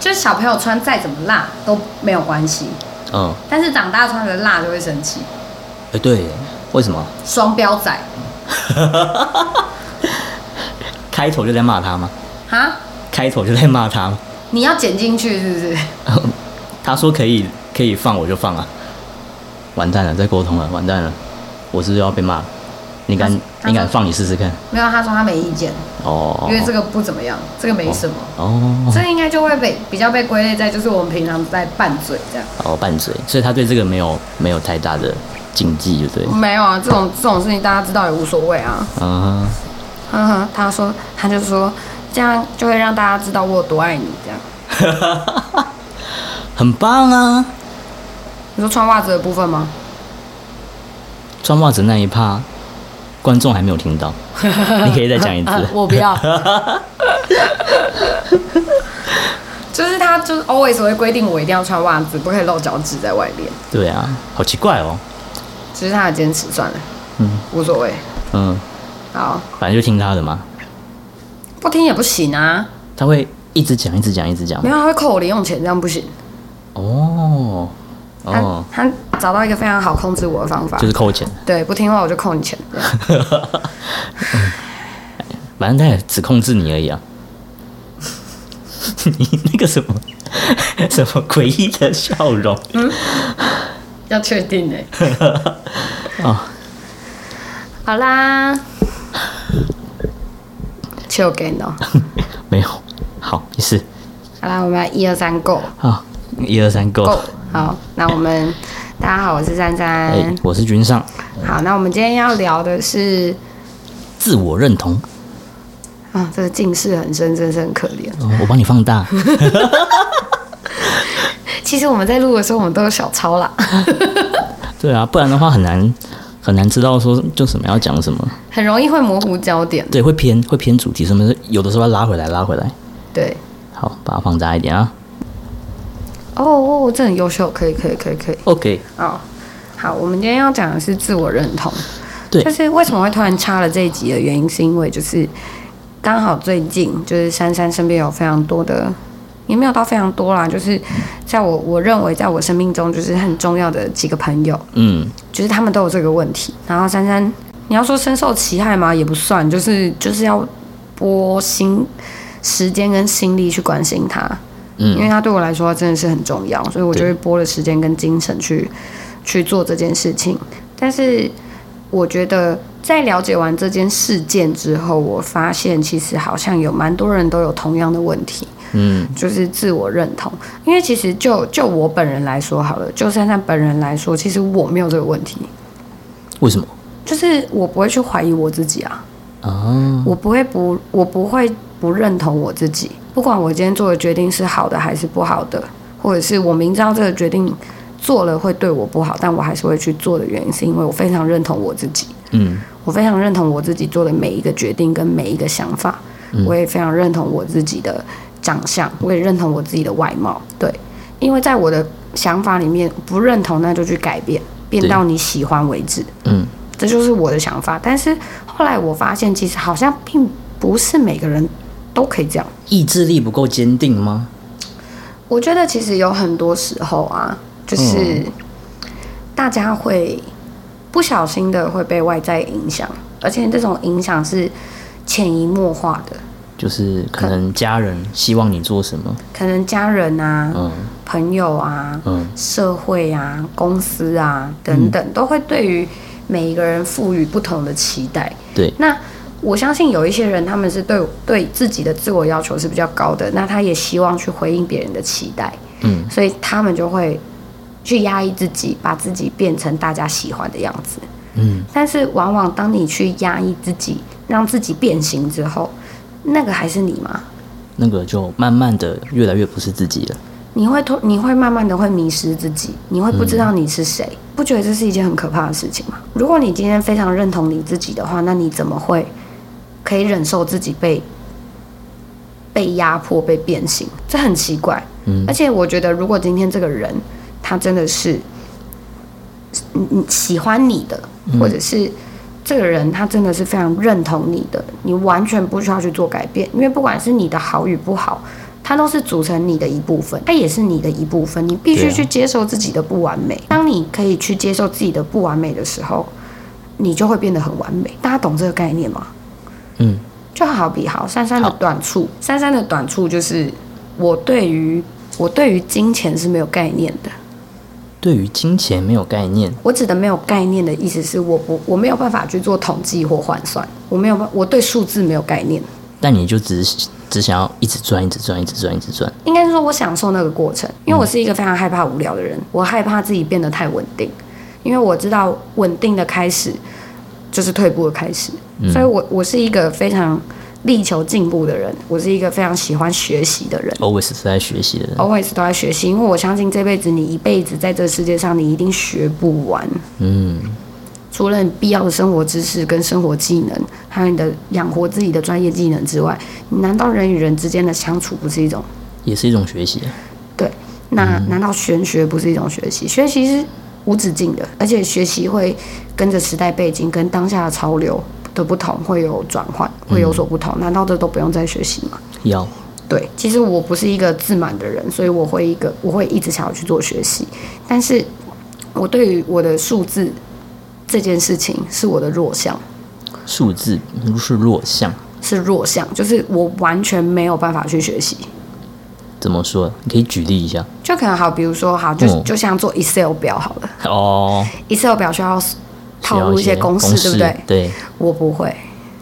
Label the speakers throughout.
Speaker 1: 就是小朋友穿再怎么辣都没有关系，
Speaker 2: 嗯，
Speaker 1: 但是长大穿的辣就会生气，
Speaker 2: 哎，对耶，为什么？
Speaker 1: 双标仔
Speaker 2: 开头就在骂他吗？
Speaker 1: 哈，
Speaker 2: 开头就在骂他吗？
Speaker 1: 你要剪进去是不是？
Speaker 2: 他说可以，可以放我就放啊。完蛋了，再沟通了，完蛋了，我是不是要被骂了。你敢，
Speaker 1: 他
Speaker 2: 你敢放你试试看？
Speaker 1: 没有，他说他没意见，
Speaker 2: 哦，
Speaker 1: 因为这个不怎么样，这个没什么，
Speaker 2: 哦
Speaker 1: 这个应该就会被比较被归类在就是我们平常在拌嘴这样。
Speaker 2: 哦拌嘴，所以他对这个没有没有太大的禁忌，就对了。
Speaker 1: 没有啊，这种这种事情大家知道也无所谓啊。
Speaker 2: 嗯
Speaker 1: 嗯哼，他说他就说这样就会让大家知道我有多爱你这样。
Speaker 2: 哼， 很棒啊！
Speaker 1: 你说穿袜子的部分吗？
Speaker 2: 穿袜子那一趴，观众还没有 听到，你可以再讲一次。
Speaker 1: 我不要。就是他，就是 always 会规定我一定要穿袜子，不可以露脚趾在外面。
Speaker 2: 对啊，好奇怪哦。
Speaker 1: 只是他的坚持算了，
Speaker 2: 嗯
Speaker 1: 无所谓。
Speaker 2: 嗯，
Speaker 1: 好，
Speaker 2: 反正就听他的嘛，
Speaker 1: 不听也不行啊，
Speaker 2: 他会一直讲，一直讲，一直讲
Speaker 1: 没。有他会扣我零用钱，这样不行。
Speaker 2: 哦
Speaker 1: 他、
Speaker 2: 哦，
Speaker 1: 他找到一个非常好控制我的方法，
Speaker 2: 就是扣钱。
Speaker 1: 对，不听话我就扣你 钱。这样
Speaker 2: 反正他也只控制你而已啊。 你那个什么 什么诡异的笑容，
Speaker 1: 要确定哎、
Speaker 2: 哦
Speaker 1: 好啦，就给你哦。
Speaker 2: 没有。好，没事。
Speaker 1: 好啦，我们来一二三 go
Speaker 2: 好，一二三
Speaker 1: go
Speaker 2: ，Go。。
Speaker 1: 好，那我们大家好，我是珊珊。
Speaker 2: 哎，我是君上，
Speaker 1: 好，那我们今天要聊的是
Speaker 2: 自我认同，
Speaker 1: 啊，这个近视很深，真是很可怜。
Speaker 2: 哦我帮你放大。
Speaker 1: 其实我们在录的时候，我们都有小抄啦，
Speaker 2: 对啊，不然的话很难很难知道说就什么要讲什么，
Speaker 1: 很容易会模糊焦点。
Speaker 2: 对，会偏会偏主题，什么有的时候要拉回来拉回来。
Speaker 1: 对，
Speaker 2: 好，把它放大一点啊。
Speaker 1: 哦哦，这很优秀，可以，可以，可以，可以。
Speaker 2: OK，
Speaker 1: 哦，好，我们今天要讲的是自我认同。
Speaker 2: 对
Speaker 1: 就是为什么会突然插了这一集的原因，是因为就是刚好最近就是珊珊身边有非常多的，也没有到非常多啦，就是在我我认为在我生命中就是很重要的几个朋友，
Speaker 2: 嗯，
Speaker 1: 就是他们都有这个问题。然后珊珊，你要说深受其害吗？也不算，就是就是要拨心、时间跟心力去关心他，
Speaker 2: 嗯
Speaker 1: 因为他对我来说真的是很重要，所以我就会拨了时间跟精神去去做这件事情。但是我觉得，在了解完这件事件之后，我发现其实好像有蛮多人都有同样的问题。
Speaker 2: 嗯，
Speaker 1: 就是自我认同。因为其实就就我本人来说好了，就珊珊本人来说，其实我没有这个问题，
Speaker 2: 为什么
Speaker 1: 就是我不会去怀疑我自己啊，
Speaker 2: 啊？
Speaker 1: 我不会不我不会不认同我自己，不管我今天做的决定是好的还是不好的，或者是我明知道这个决定做了会对我不好，但我还是会去做的原因，是因为我非常认同我自己。
Speaker 2: 嗯
Speaker 1: 我非常认同我自己做的每一个决定跟每一个想法，我也非常认同我自己的长相，我也认同我自己的外貌。对，因为在我的想法里面，不认同那就去改变，变
Speaker 2: 对
Speaker 1: 到你喜欢为止，
Speaker 2: 嗯，
Speaker 1: 这就是我的想法。但是后来我发现，其实好像并不是每个人都可以这样。
Speaker 2: 意志力不够坚定吗？
Speaker 1: 我觉得其实有很多时候啊，就是
Speaker 2: 嗯
Speaker 1: 大家会不小心的会被外在影响，而且这种影响是潜移默化的，
Speaker 2: 就是可能家人希望你做什么，
Speaker 1: 可能家人啊、
Speaker 2: 嗯
Speaker 1: 朋友啊、
Speaker 2: 嗯
Speaker 1: 社会啊、公司啊等等，都会对于每一个人赋予不同的期待。
Speaker 2: 对，
Speaker 1: 那我相信有一些人，他们是对对自己的自我要求是比较高的，那他也希望去回应别人的期待。
Speaker 2: 嗯
Speaker 1: 所以他们就会去压抑自己，把自己变成大家喜欢的样子。
Speaker 2: 嗯，
Speaker 1: 但是往往当你去压抑自己，让自己变形之后，那个还是你吗？
Speaker 2: 那个就慢慢的越来越不是自己了。
Speaker 1: 你会突，你会慢慢的会迷失自己，你会不知道你是谁，不觉得这是一件很可怕的事情吗？如果你今天非常认同你自己的话，那你怎么会可以忍受自己被被压迫、被变形？这很奇怪。
Speaker 2: 嗯
Speaker 1: 而且我觉得，如果今天这个人他真的是你你喜欢你的，或者是这个人他真的是非常认同你的，你完全不需要去做改变，因为不管是你的好与不好，它都是组成你的一部分，它也是你的一部分，你必须
Speaker 2: 对啊
Speaker 1: 去接受自己的不完美。当你可以去接受自己的不完美的时候，你就会变得很完美。大家懂这个概念吗？
Speaker 2: 嗯，
Speaker 1: 就好比好珊珊的
Speaker 2: 好
Speaker 1: 短处，珊珊的短处就是我对于我对于金钱是没有概念的。
Speaker 2: 对于金钱没有概念，
Speaker 1: 我指的没有概念的意思是我不我没有办法去做统计或换算，我没有办我对数字没有概念。
Speaker 2: 但你就只只想要一直赚，一直赚，一直赚，一直赚。
Speaker 1: 应该是说我享受那个过程，因为我是一个非常害怕无聊的人，我害怕自己变得太稳定，因为我知道稳定的开始就是退步的开始，所以我我是一个非常力求进步的人，我是一个非常喜欢学习的人。
Speaker 2: always 是在学习的人。
Speaker 1: always 都在学习，因为我相信这辈子你一辈子在这世界上，你一定学不完。
Speaker 2: 嗯，
Speaker 1: 除了你必要的生活知识跟生活技能，还有你的养活自己的专业技能之外，你难道人与人之间的相处不是一种？
Speaker 2: 也是一种学习啊。
Speaker 1: 对，那难道玄学不是一种学习？学习是无止境的，而且学习会跟着时代背景、跟当下的潮流的不同会有转换，会有所不同。难道这都不用再学习吗？
Speaker 2: 要
Speaker 1: 对，其实我不是一个自满的人，所以我会一个我会一直想要去做学习，但是我对于我的数字这件事情是我的弱项。
Speaker 2: 数字是弱项，
Speaker 1: 是弱项，就是我完全没有办法去学习。
Speaker 2: 怎么说？你可以举例一下。
Speaker 1: 就可能好，比如说好，就、
Speaker 2: 嗯
Speaker 1: 就像做 Excel 表好了
Speaker 2: 哦，
Speaker 1: ，Excel 表需要
Speaker 2: 需
Speaker 1: 套
Speaker 2: 要
Speaker 1: 入一
Speaker 2: 些
Speaker 1: 些公式，对不对？
Speaker 2: 对，
Speaker 1: 我不会，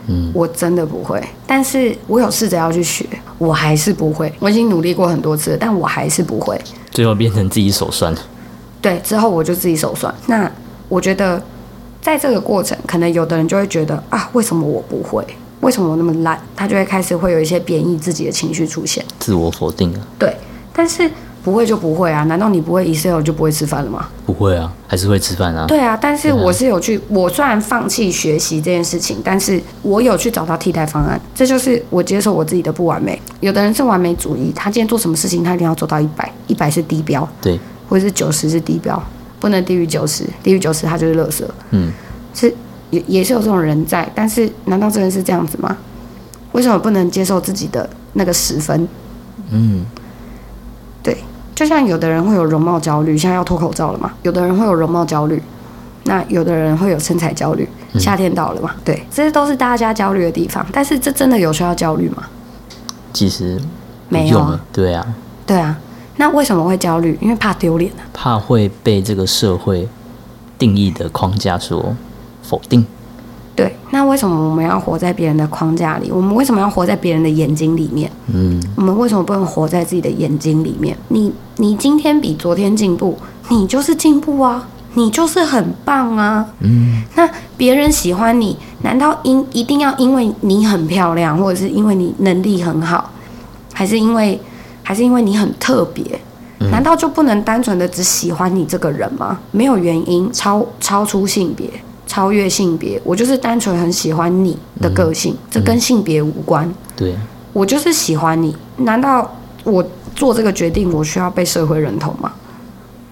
Speaker 2: 嗯，
Speaker 1: 我真的不会。但是我有试着要去学，我还是不会。我已经努力过很多次了，但我还是不会。
Speaker 2: 最后变成自己手酸。
Speaker 1: 对，之后我就自己手算。那我觉得，在这个过程，可能有的人就会觉得啊，为什么我不会？为什么我那么烂？他就会开始会有一些贬义自己的情绪出现。
Speaker 2: 自我否定啊？
Speaker 1: 对，但是不会就不会啊？难道你不会 Excel 就不会吃饭了吗？
Speaker 2: 不会啊，还是会吃饭啊。
Speaker 1: 对啊，但是我是有去，我虽然放弃学习这件事情，但是我有去找到替代方案。这就是我接受我自己的不完美。有的人是完美主义，他今天做什么事情，他一定要做到一百，一百是低标，
Speaker 2: 对，
Speaker 1: 或者是九十是低标，不能低于九十，低于九十他就是垃圾。
Speaker 2: 嗯，
Speaker 1: 是也也是有这种人在，但是难道真的是这样子吗？为什么不能接受自己的那个十分？
Speaker 2: 嗯，
Speaker 1: 对，就像有的人会有容貌焦虑，现在要脱口罩了嘛，有的人会有容貌焦虑，那有的人会有身材焦虑，
Speaker 2: 嗯
Speaker 1: 夏天到了嘛，对，这些都是大家焦虑的地方，但是这真的有需要焦虑吗？
Speaker 2: 其实不
Speaker 1: 没有
Speaker 2: 用
Speaker 1: 啊
Speaker 2: 了。对啊，
Speaker 1: 对啊，那为什么会焦虑？因为怕丢脸啊。
Speaker 2: 怕会被这个社会定义的框架所否定。
Speaker 1: 对，那为什么我们要活在别人的框架里？我们为什么要活在别人的眼睛里面？
Speaker 2: 嗯，
Speaker 1: 我们为什么不能活在自己的眼睛里面？你你今天比昨天进步，你就是进步啊，你就是很棒啊。嗯，那别人喜欢你，难道因一定要因为你很漂亮，或者是因为你能力很好，还是因为还是因为你很特别？难道就不能单纯的只喜欢你这个人吗？没有原因，超超出性别，超越性别，我就是单纯很喜欢你的个性，这跟性别无关。
Speaker 2: 对，
Speaker 1: 我就是喜欢你，难道我做这个决定，我需要被社会认同吗？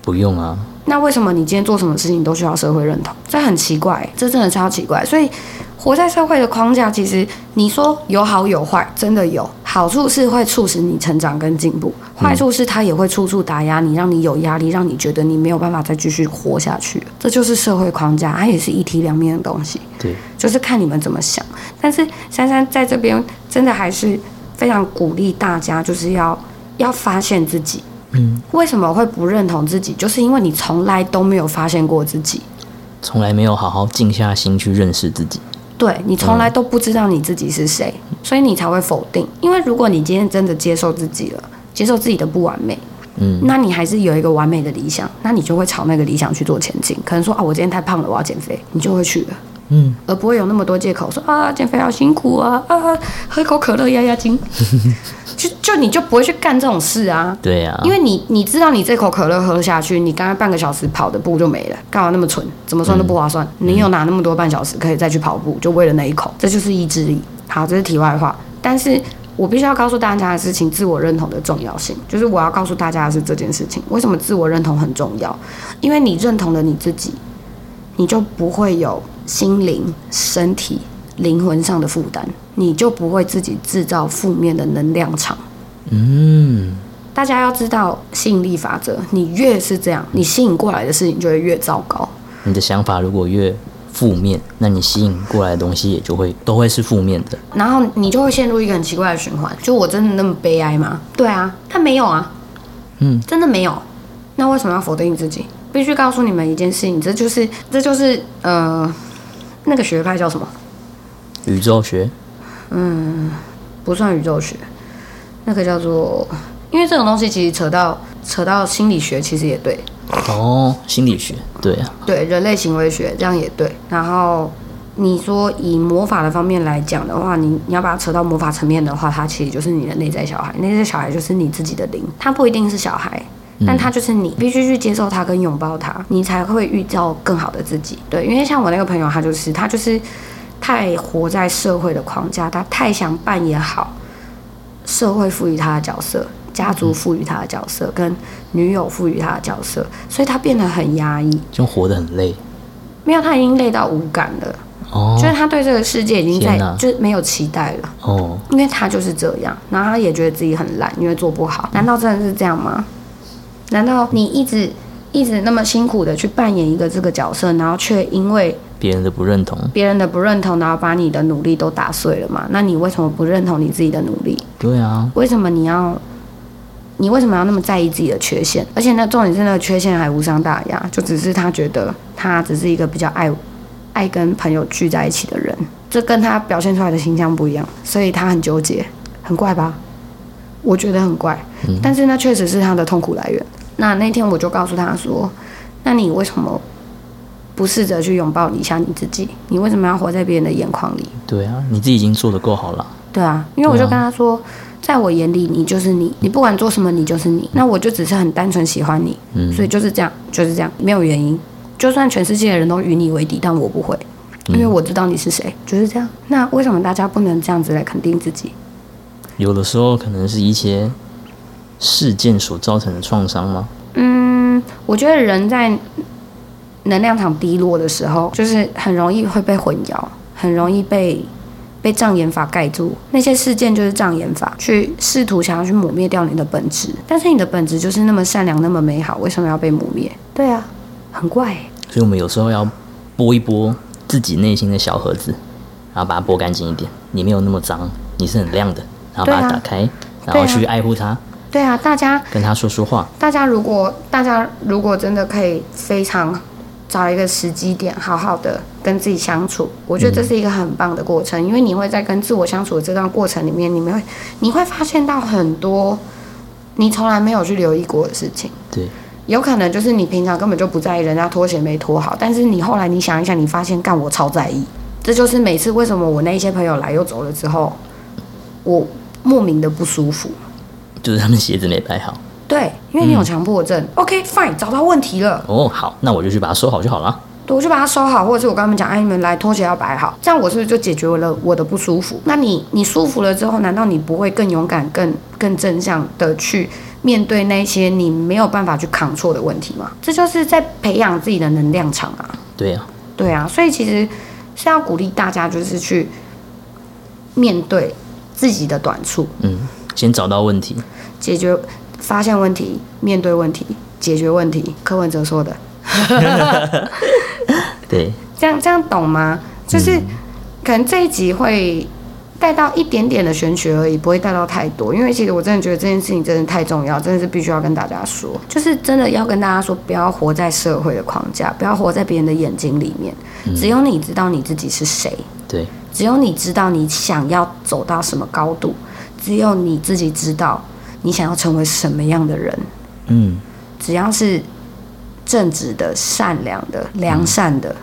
Speaker 2: 不用啊。
Speaker 1: 那为什么你今天做什么事情都需要社会认同？这很奇怪，欸这真的超奇怪。所以活在社会的框架，其实你说有好有坏，真的有好处是会促使你成长跟进步，坏处是它也会处处打压你，让你有压力，让你觉得你没有办法再继续活下去。这就是社会框架，它也是一体两面的东西。
Speaker 2: 对，
Speaker 1: 就是看你们怎么想。但是珊珊在这边真的还是非常鼓励大家，就是要要发现自己。
Speaker 2: 嗯，
Speaker 1: 为什么会不认同自己？就是因为你从来都没有发现过自己，
Speaker 2: 从来没有好好静下心去认识自己。
Speaker 1: 对你从来都不知道你自己是谁，
Speaker 2: 嗯
Speaker 1: 所以你才会否定。因为如果你今天真的接受自己了，接受自己的不完美，
Speaker 2: 嗯，
Speaker 1: 那你还是有一个完哦美的理想，那你就会朝那个理想去做前进。可能说啊，我今天太胖了，我要减肥，你就会去了。
Speaker 2: 嗯，
Speaker 1: 而不会有那么多借口说啊减肥好辛苦啊啊喝一口可乐压压惊， 就就你就不会去干这种事啊。
Speaker 2: 对呀、啊，
Speaker 1: 因为你你知道，你这口可乐喝下去，你刚刚半个小时跑的步就没了，干嘛那么蠢？怎么算都不划算。你有哪那么多半小时可以再去跑步，就为了那一口？这就是意志力。好，这是题外话，但是我必须要告诉大家的事情，自我认同的重要性，就是我要告诉大家的是这件事情。为什么自我认同很重要？因为你认同了你自己，你就不会有心灵、身体、灵魂上的负担，你就不会自己制造负面的能量场。
Speaker 2: 嗯，
Speaker 1: 大家要知道吸引力法则，你越是这样，你吸引过来的事情就会越糟糕。
Speaker 2: 你的想法如果越负面，那你吸引过来的东西也就会都会是负面的。
Speaker 1: 然后你就会陷入一个很奇怪的循环。就我真的那么悲哀吗？对啊，他没有啊，
Speaker 2: 嗯，
Speaker 1: 真的没有。那为什么要否定自己？必须告诉你们一件事情，这就是这就是呃，那个学派叫什么？
Speaker 2: 宇宙学，
Speaker 1: 不算宇宙学，那个叫做，因为这种东西其实扯到扯到心理学，其实也对，
Speaker 2: 哦，心理学，对啊，
Speaker 1: 对人类行为学这样也对。然后你说以魔法的方面来讲的话，你你要把它扯到魔法层面的话，它其实就是你的内在小孩，内在小孩就是你自己的灵，它不一定是小孩。但它就是你，必须去接受它跟拥抱它，你才会遇到更好的自己。对，因为像我那个朋友，他就是他就是太活在社会的框架，他太想扮演好社会赋予他的角色、家族赋予他的角色、跟女友赋予他的角色，所以他变得很压抑。
Speaker 2: 就活得很累。
Speaker 1: 没有，他已经累到无感了，
Speaker 2: 哦
Speaker 1: 就是他对这个世界已经在
Speaker 2: 天哪
Speaker 1: 就是没有期待了，
Speaker 2: 哦，
Speaker 1: 因为他就是这样，然后他也觉得自己很懒，因为做不好。难道真的是这样吗？难道你一直一直那么辛苦的去扮演一个这个角色，然后却因为
Speaker 2: 别人的不认同，
Speaker 1: 别人的不认同，然后把你的努力都打碎了吗？那你为什么不认同你自己的努力？
Speaker 2: 对啊，
Speaker 1: 为什么你要？你为什么要那么在意自己的缺陷？而且那重点是那个缺陷还无伤大雅，就只是他觉得他只是一个比较爱爱跟朋友聚在一起的人，这跟他表现出来的形象不一样，所以他很纠结，很怪吧？我觉得很怪，但是那确实是他的痛苦来源。那那天我就告诉他说：“那你为什么不试着去拥抱一下你自己？你为什么要活在别人的眼眶里？”
Speaker 2: 对啊，你自己已经做得够好了。
Speaker 1: 对啊，因为我就跟他说，在我眼里你就是你，你不管做什么你就是你，那我就只是很单纯喜欢你，所以就是这样，就是这样，没有原因。就算全世界的人都与你为敌，但我不会，因为我知道你是谁，就是这样。那为什么大家不能这样子来肯定自己？
Speaker 2: 有的时候可能是一些事件所造成的创伤吗？
Speaker 1: 嗯，我觉得人在能量场低落的时候，就是很容易会被混淆，很容易被被障眼法盖住。那些事件就是障眼法，去试图想要去抹灭掉你的本质，但是你的本质就是那么善良，那么美好，为什么要被抹灭？对啊，很怪欸、
Speaker 2: 所以我们有时候要拨一拨自己内心的小盒子，然后把它拨干净一点，你没有那么脏，你是很亮的，然后把
Speaker 1: 对啊
Speaker 2: 它打开，然
Speaker 1: 对
Speaker 2: 后
Speaker 1: 啊
Speaker 2: 去爱护它，
Speaker 1: 对啊，大家
Speaker 2: 跟它说说话。
Speaker 1: 大家如果大家如果真的可以非常找一个时机点，好好的跟自己相处，我觉得这是一个很棒的过程，因为你会在跟自我相处的这段过程里面，你们会你会发现到很多你从来没有去留意过的事情。
Speaker 2: 对，
Speaker 1: 有可能就是你平常根本就不在意人家拖鞋没拖好，但是你后来你想一想，你发现干我超在意，这就是每次为什么我那一些朋友来又走了之后，我莫名的不舒服。
Speaker 2: 就是他们鞋子没摆好。
Speaker 1: 对，因为你有强迫症。OK fine，找到问题了，
Speaker 2: 哦，好，那我就去把它收好就好了。
Speaker 1: 对我就把它收好，或者是我跟他们讲，哎，你们来拖鞋要摆好，这样我是不是就解决了我的不舒服？那你你舒服了之后，难道你不会更勇敢、更更正向的去面对那些你没有办法去扛错的问题吗？这就是在培养自己的能量场啊，
Speaker 2: 对啊，
Speaker 1: 对啊，所以其实是要鼓励大家，就是去面对自己的短处，
Speaker 2: 嗯，先找到问题，
Speaker 1: 解决、发现问题、面对问题、解决问题。柯文哲说的，
Speaker 2: 对，
Speaker 1: 这样这样懂吗？就是、可能这一集会带到一点点的玄学而已，不会带到太多。因为其实我真的觉得这件事情真的太重要，真的是必须要跟大家说，就是真的要跟大家说，不要活在社会的框架，不要活在别人的眼睛里面。只有你知道你自己是谁，
Speaker 2: 对，
Speaker 1: 只有你知道你想要走到什么高度，只有你自己知道你想要成为什么样的人。
Speaker 2: 嗯，
Speaker 1: 只要是正直的、善良的、良善的、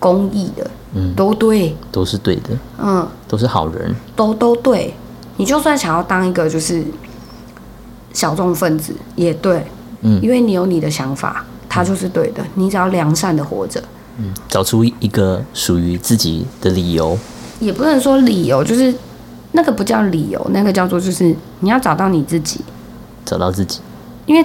Speaker 1: 公益的，都对，
Speaker 2: 都是对的，
Speaker 1: 嗯，
Speaker 2: 都是好人。
Speaker 1: 都都对。你就算想要当一个就是小众分子也对，
Speaker 2: 嗯
Speaker 1: 因为你有你的想法，它就是对的。你只要良善的活着，
Speaker 2: 嗯找出一个属于自己的理由，
Speaker 1: 也不能说理由，就是那个不叫理由，那个叫做就是你要找到你自己，
Speaker 2: 找到自己。
Speaker 1: 因为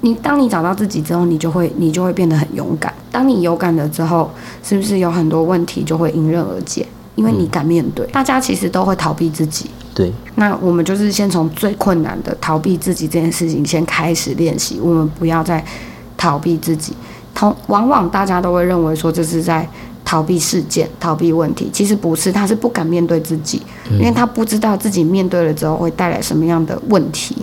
Speaker 1: 你当你找到自己之后，你就会你就会变得很勇敢。当你有感了之后，是不是有很多问题就会迎刃而解？因为你敢面对，大家其实都会逃避自己。
Speaker 2: 对，
Speaker 1: 那我们就是先从最困难的逃避自己这件事情先开始练习，我们不要再逃避自己。同往往大家都会认为说这是在逃避事件、逃避问题，其实不是，他是不敢面对自己，因为他不知道自己面对了之后会带来什么样的问题，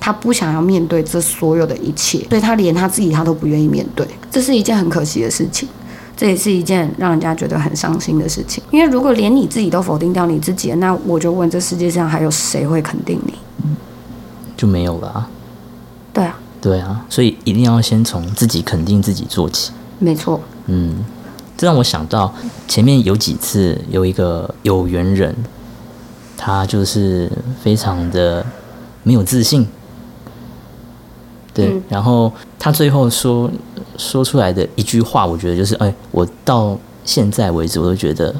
Speaker 1: 他不想要面对这所有的一切，所以他连他自己他都不愿意面对，这是一件很可惜的事情。这也是一件让人家觉得很伤心的事情。因为如果连你自己都否定掉你自己，那我就问这世界上还有谁会肯定你？
Speaker 2: 就没有了啊。
Speaker 1: 对啊，
Speaker 2: 对啊，所以一定要先从自己肯定自己做起。
Speaker 1: 没错，
Speaker 2: 嗯，这让我想到前面有几次有一个有缘人，他就是非常的没有自信，对，
Speaker 1: 嗯
Speaker 2: 然后他最后说说出来的一句话，我觉得就是，哎，我到现在为止，我都觉得，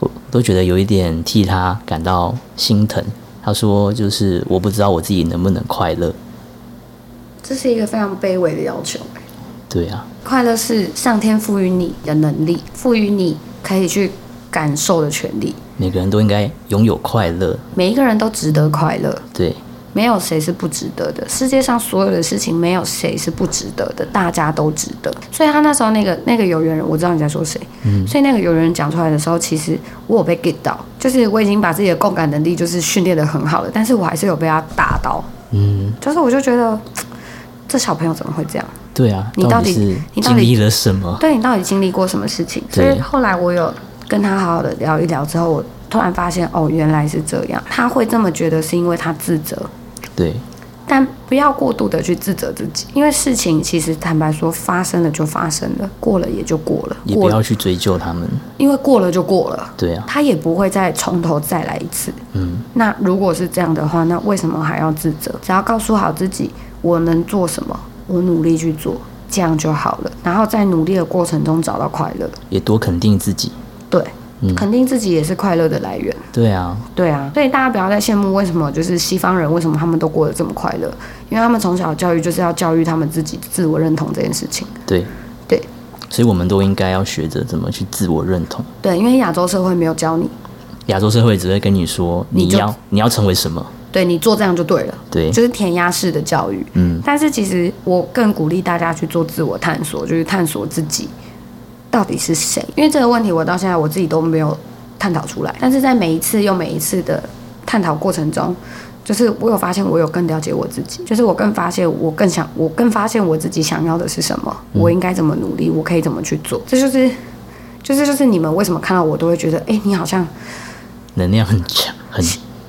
Speaker 2: 我都觉得有一点替他感到心疼。他说，就是我不知道我自己能不能快乐，
Speaker 1: 这是一个非常卑微的要求。
Speaker 2: 对啊，
Speaker 1: 快乐是上天赋予你的能力，赋予你可以去感受的权利。
Speaker 2: 每个人都应该拥有快乐，
Speaker 1: 每一个人都值得快乐，
Speaker 2: 对，
Speaker 1: 没有谁是不值得的。世界上所有的事情，没有谁是不值得的，大家都值得。所以他那时候那个那个有缘人，我知道你在说谁。
Speaker 2: 嗯
Speaker 1: 所以那个有人讲出来的时候，其实我有被 get 到，就是我已经把自己的共感能力就是训练得很好了，但是我还是有被他打到，
Speaker 2: 嗯。
Speaker 1: 就是我就觉得这小朋友怎么会这样？
Speaker 2: 对啊，
Speaker 1: 你到底
Speaker 2: 底是
Speaker 1: 你到
Speaker 2: 经
Speaker 1: 底
Speaker 2: 历了什么？
Speaker 1: 对你到底经历过什么事情？所
Speaker 2: 对
Speaker 1: 以后来我有跟他好好的聊一聊之后，我突然发现哦，原来是这样，他会这么觉得是因为他自责，
Speaker 2: 对，
Speaker 1: 但不要过度的去自责自己，因为事情其实坦白说，发生了就发生了，过了也就过了，
Speaker 2: 也
Speaker 1: 过
Speaker 2: 不
Speaker 1: 了
Speaker 2: 要去追究他们。
Speaker 1: 因为过了就过了，
Speaker 2: 对啊，
Speaker 1: 他也不会再从头再来一次。
Speaker 2: 嗯，
Speaker 1: 那如果是这样的话，那为什么还要自责？只要告诉好自己，我能做什么，我努力去做，这样就好了。然后在努力的过程中找到快乐，
Speaker 2: 也多肯定自己。
Speaker 1: 对，
Speaker 2: 嗯
Speaker 1: 肯定自己也是快乐的来源。
Speaker 2: 对啊，
Speaker 1: 对啊，所以大家不要再羡慕为什么就是西方人为什么他们都过得这么快乐，因为他们从小教育就是要教育他们自己自我认同这件事情。
Speaker 2: 对，
Speaker 1: 对
Speaker 2: 所以我们都应该要学着怎么去自我认同。
Speaker 1: 对，因为亚洲社会没有教你，
Speaker 2: 亚洲社会只会跟你说
Speaker 1: 你
Speaker 2: 你
Speaker 1: 就
Speaker 2: 要你要成为什么，
Speaker 1: 对你做这样就对了，
Speaker 2: 对
Speaker 1: 就是填鸭式的教育。
Speaker 2: 嗯，
Speaker 1: 但是其实我更鼓励大家去做自我探索，就是探索自己到底是谁。因为这个问题我到现在我自己都没有探讨出来，但是在每一次又每一次的探讨过程中，就是我有发现我有更了解我自己，就是我更发现我更想我更发现我自己想要的是什么，
Speaker 2: 嗯
Speaker 1: 我应该怎么努力，我可以怎么去做。这就是就是就是你们为什么看到我都会觉得，哎、你好像
Speaker 2: 能量很强，很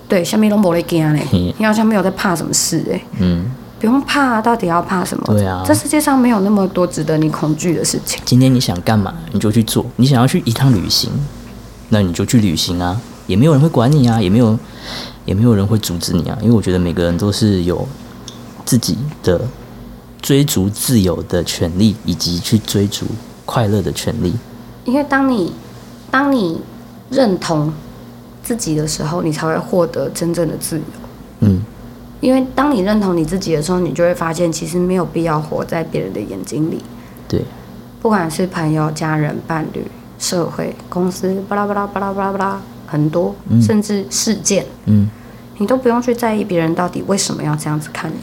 Speaker 1: 对下面都没得惊嘞，
Speaker 2: 嗯
Speaker 1: 你好像没有在怕什么事哎、
Speaker 2: 嗯。
Speaker 1: 不用怕、到底要怕什么？
Speaker 2: 对啊
Speaker 1: 这世界上没有那么多值得你恐惧的事情。
Speaker 2: 今天你想干嘛你就去做，你想要去一趟旅行，那你就去旅行啊，也没有人会管你啊，也没有也没有人会阻止你啊，因为我觉得每个人都是有自己的追逐自由的权利，以及去追逐快乐的权利。
Speaker 1: 因为当你当你认同自己的时候，你才会获得真正的自由。
Speaker 2: 嗯，
Speaker 1: 因为当你认同你自己的时候，你就会发现其实没有必要活在别人的眼睛里，
Speaker 2: 对，
Speaker 1: 不管是朋友、家人、伴侣、社会、公司，巴拉巴拉巴拉巴拉巴拉，很多，甚至事件，
Speaker 2: 嗯，
Speaker 1: 你都不用去在意别人到底为什么要这样子看你，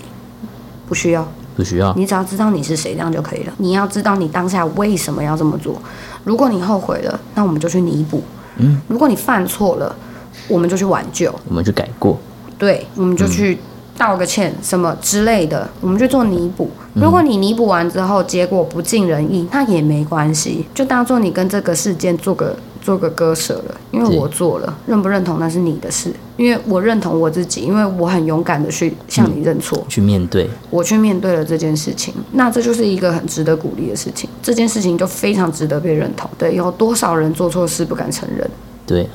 Speaker 1: 不需要。
Speaker 2: 不需要。
Speaker 1: 你只要知道你是谁，这样就可以了。你要知道你当下为什么要这么做。如果你后悔了，那我们就去弥补；
Speaker 2: 嗯，
Speaker 1: 如果你犯错了，我们就去挽救。
Speaker 2: 我们去改过。
Speaker 1: 对，我们就去道个歉什么之类的，我们去做弥补。如果你弥补完之后结果不尽人意，那也没关系，就当做你跟这个事件做个做个割舍了，因为我做了，认不认同那是你的事，因为我认同我自己，因为我很勇敢的去向你认错，
Speaker 2: 去面对，
Speaker 1: 我去面对了这件事情，那这就是一个很值得鼓励的事情，这件事情就非常值得被认同。对，有多少人做错事不敢承认？
Speaker 2: 对，啊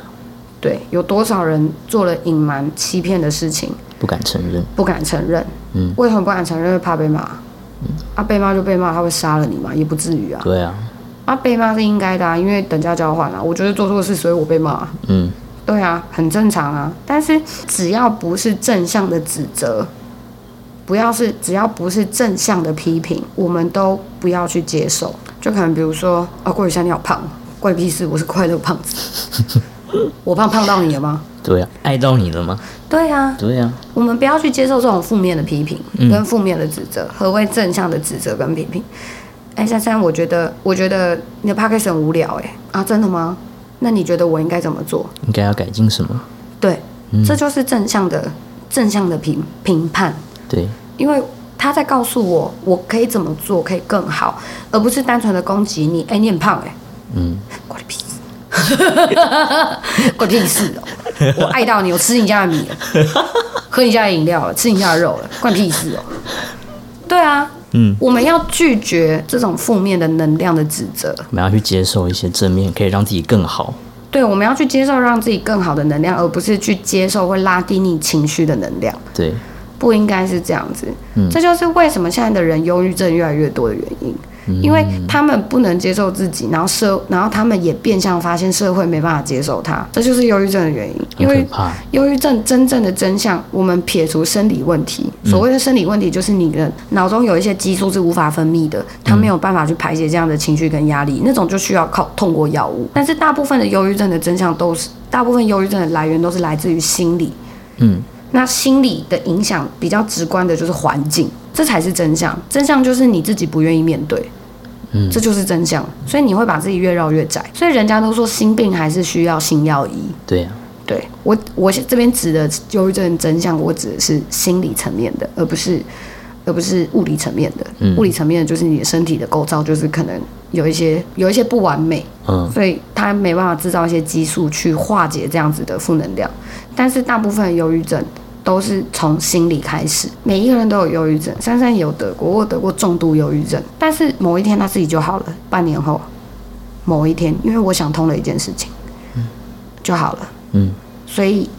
Speaker 1: 对，有多少人做了隐瞒、欺骗的事情
Speaker 2: 不敢承认，
Speaker 1: 不敢承认？
Speaker 2: 嗯，
Speaker 1: 为什么不敢承认？因为怕被骂。啊，被骂就被骂，他会杀了你吗？也不至于啊。
Speaker 2: 对啊，
Speaker 1: 啊，被骂是应该的、啊，因为等价交换啊。我就是做错事，所以我被骂啊、
Speaker 2: 嗯，
Speaker 1: 对啊，很正常啊。但是只要不是正向的指责，不要是只要不是正向的批评，我们都不要去接受。就可能比如说，啊，郭雨珊你好胖，怪屁事，我是快乐胖子。 我胖胖到你了吗？
Speaker 2: 对啊，爱到你了吗？
Speaker 1: 对啊，
Speaker 2: 对啊，
Speaker 1: 我们不要去接受这种负面的批评跟负面的指责。何谓正向的指责跟批评？哎，珊珊，我觉得，我觉得你的 p a c k a g e 很无聊、哎啊，真的吗？那你觉得我应该怎么做？
Speaker 2: 应该要改进什么？
Speaker 1: 对，这就是正向的正向的评评判，
Speaker 2: 对，
Speaker 1: 因为他在告诉我我可以怎么做可以更好，而不是单纯的攻击你。哎、你很胖哎、
Speaker 2: 嗯，
Speaker 1: 关你屁事，关你屁事哦！我爱到你，我吃你家的米了，喝你家的饮料了，吃你家的肉了，关你屁事哦！对啊，
Speaker 2: 嗯，
Speaker 1: 我们要拒绝这种负面的能量的指责，
Speaker 2: 我们要去接受一些正面，可以让自己更好。
Speaker 1: 对，我们要去接受让自己更好的能量，而不是去接受会拉低你情绪的能量。
Speaker 2: 对，
Speaker 1: 不应该是这样子。
Speaker 2: 嗯
Speaker 1: 这就是为什么现在的人忧郁症越来越多的原因，
Speaker 2: 嗯
Speaker 1: 因为他们不能接受自己，然后社，然后他们也变相发现社会没办法接受他，这就是忧郁症的原因。因
Speaker 2: 很
Speaker 1: 为
Speaker 2: 可怕。
Speaker 1: 忧郁症真正的真相，我们撇除生理问题，
Speaker 2: 嗯
Speaker 1: 所谓的生理问题就是你的脑中有一些激素是无法分泌的，它没有办法去排解这样的情绪跟压力，那种就需要靠通过药物。但是大部分的忧郁症的真相都是，大部分忧郁症的来源都是来自于心理。
Speaker 2: 嗯，
Speaker 1: 那心理的影响比较直观的就是环境，这才是真相。真相就是你自己不愿意面对，
Speaker 2: 嗯
Speaker 1: 这就是真相。所以你会把自己越绕越窄。所以人家都说心病还是需要心药医。
Speaker 2: 对啊，
Speaker 1: 对我，我这边指的忧郁症真相，我指的是心理层面的，而不是而不是物理层面的。
Speaker 2: 嗯
Speaker 1: 物理层面的就是你的身体的构造，就是可能有一些有一些不完美，
Speaker 2: 嗯，
Speaker 1: 所以它没办法制造一些激素去化解这样子的负能量。但是大部分的忧郁症都是从心理开始，每一个人都有忧郁症。珊珊也有得过，我有得过重度忧郁症，但是某一天她自己就好了，半年后，某一天，因为我想通了一件事情，就好了。
Speaker 2: 嗯，
Speaker 1: 所以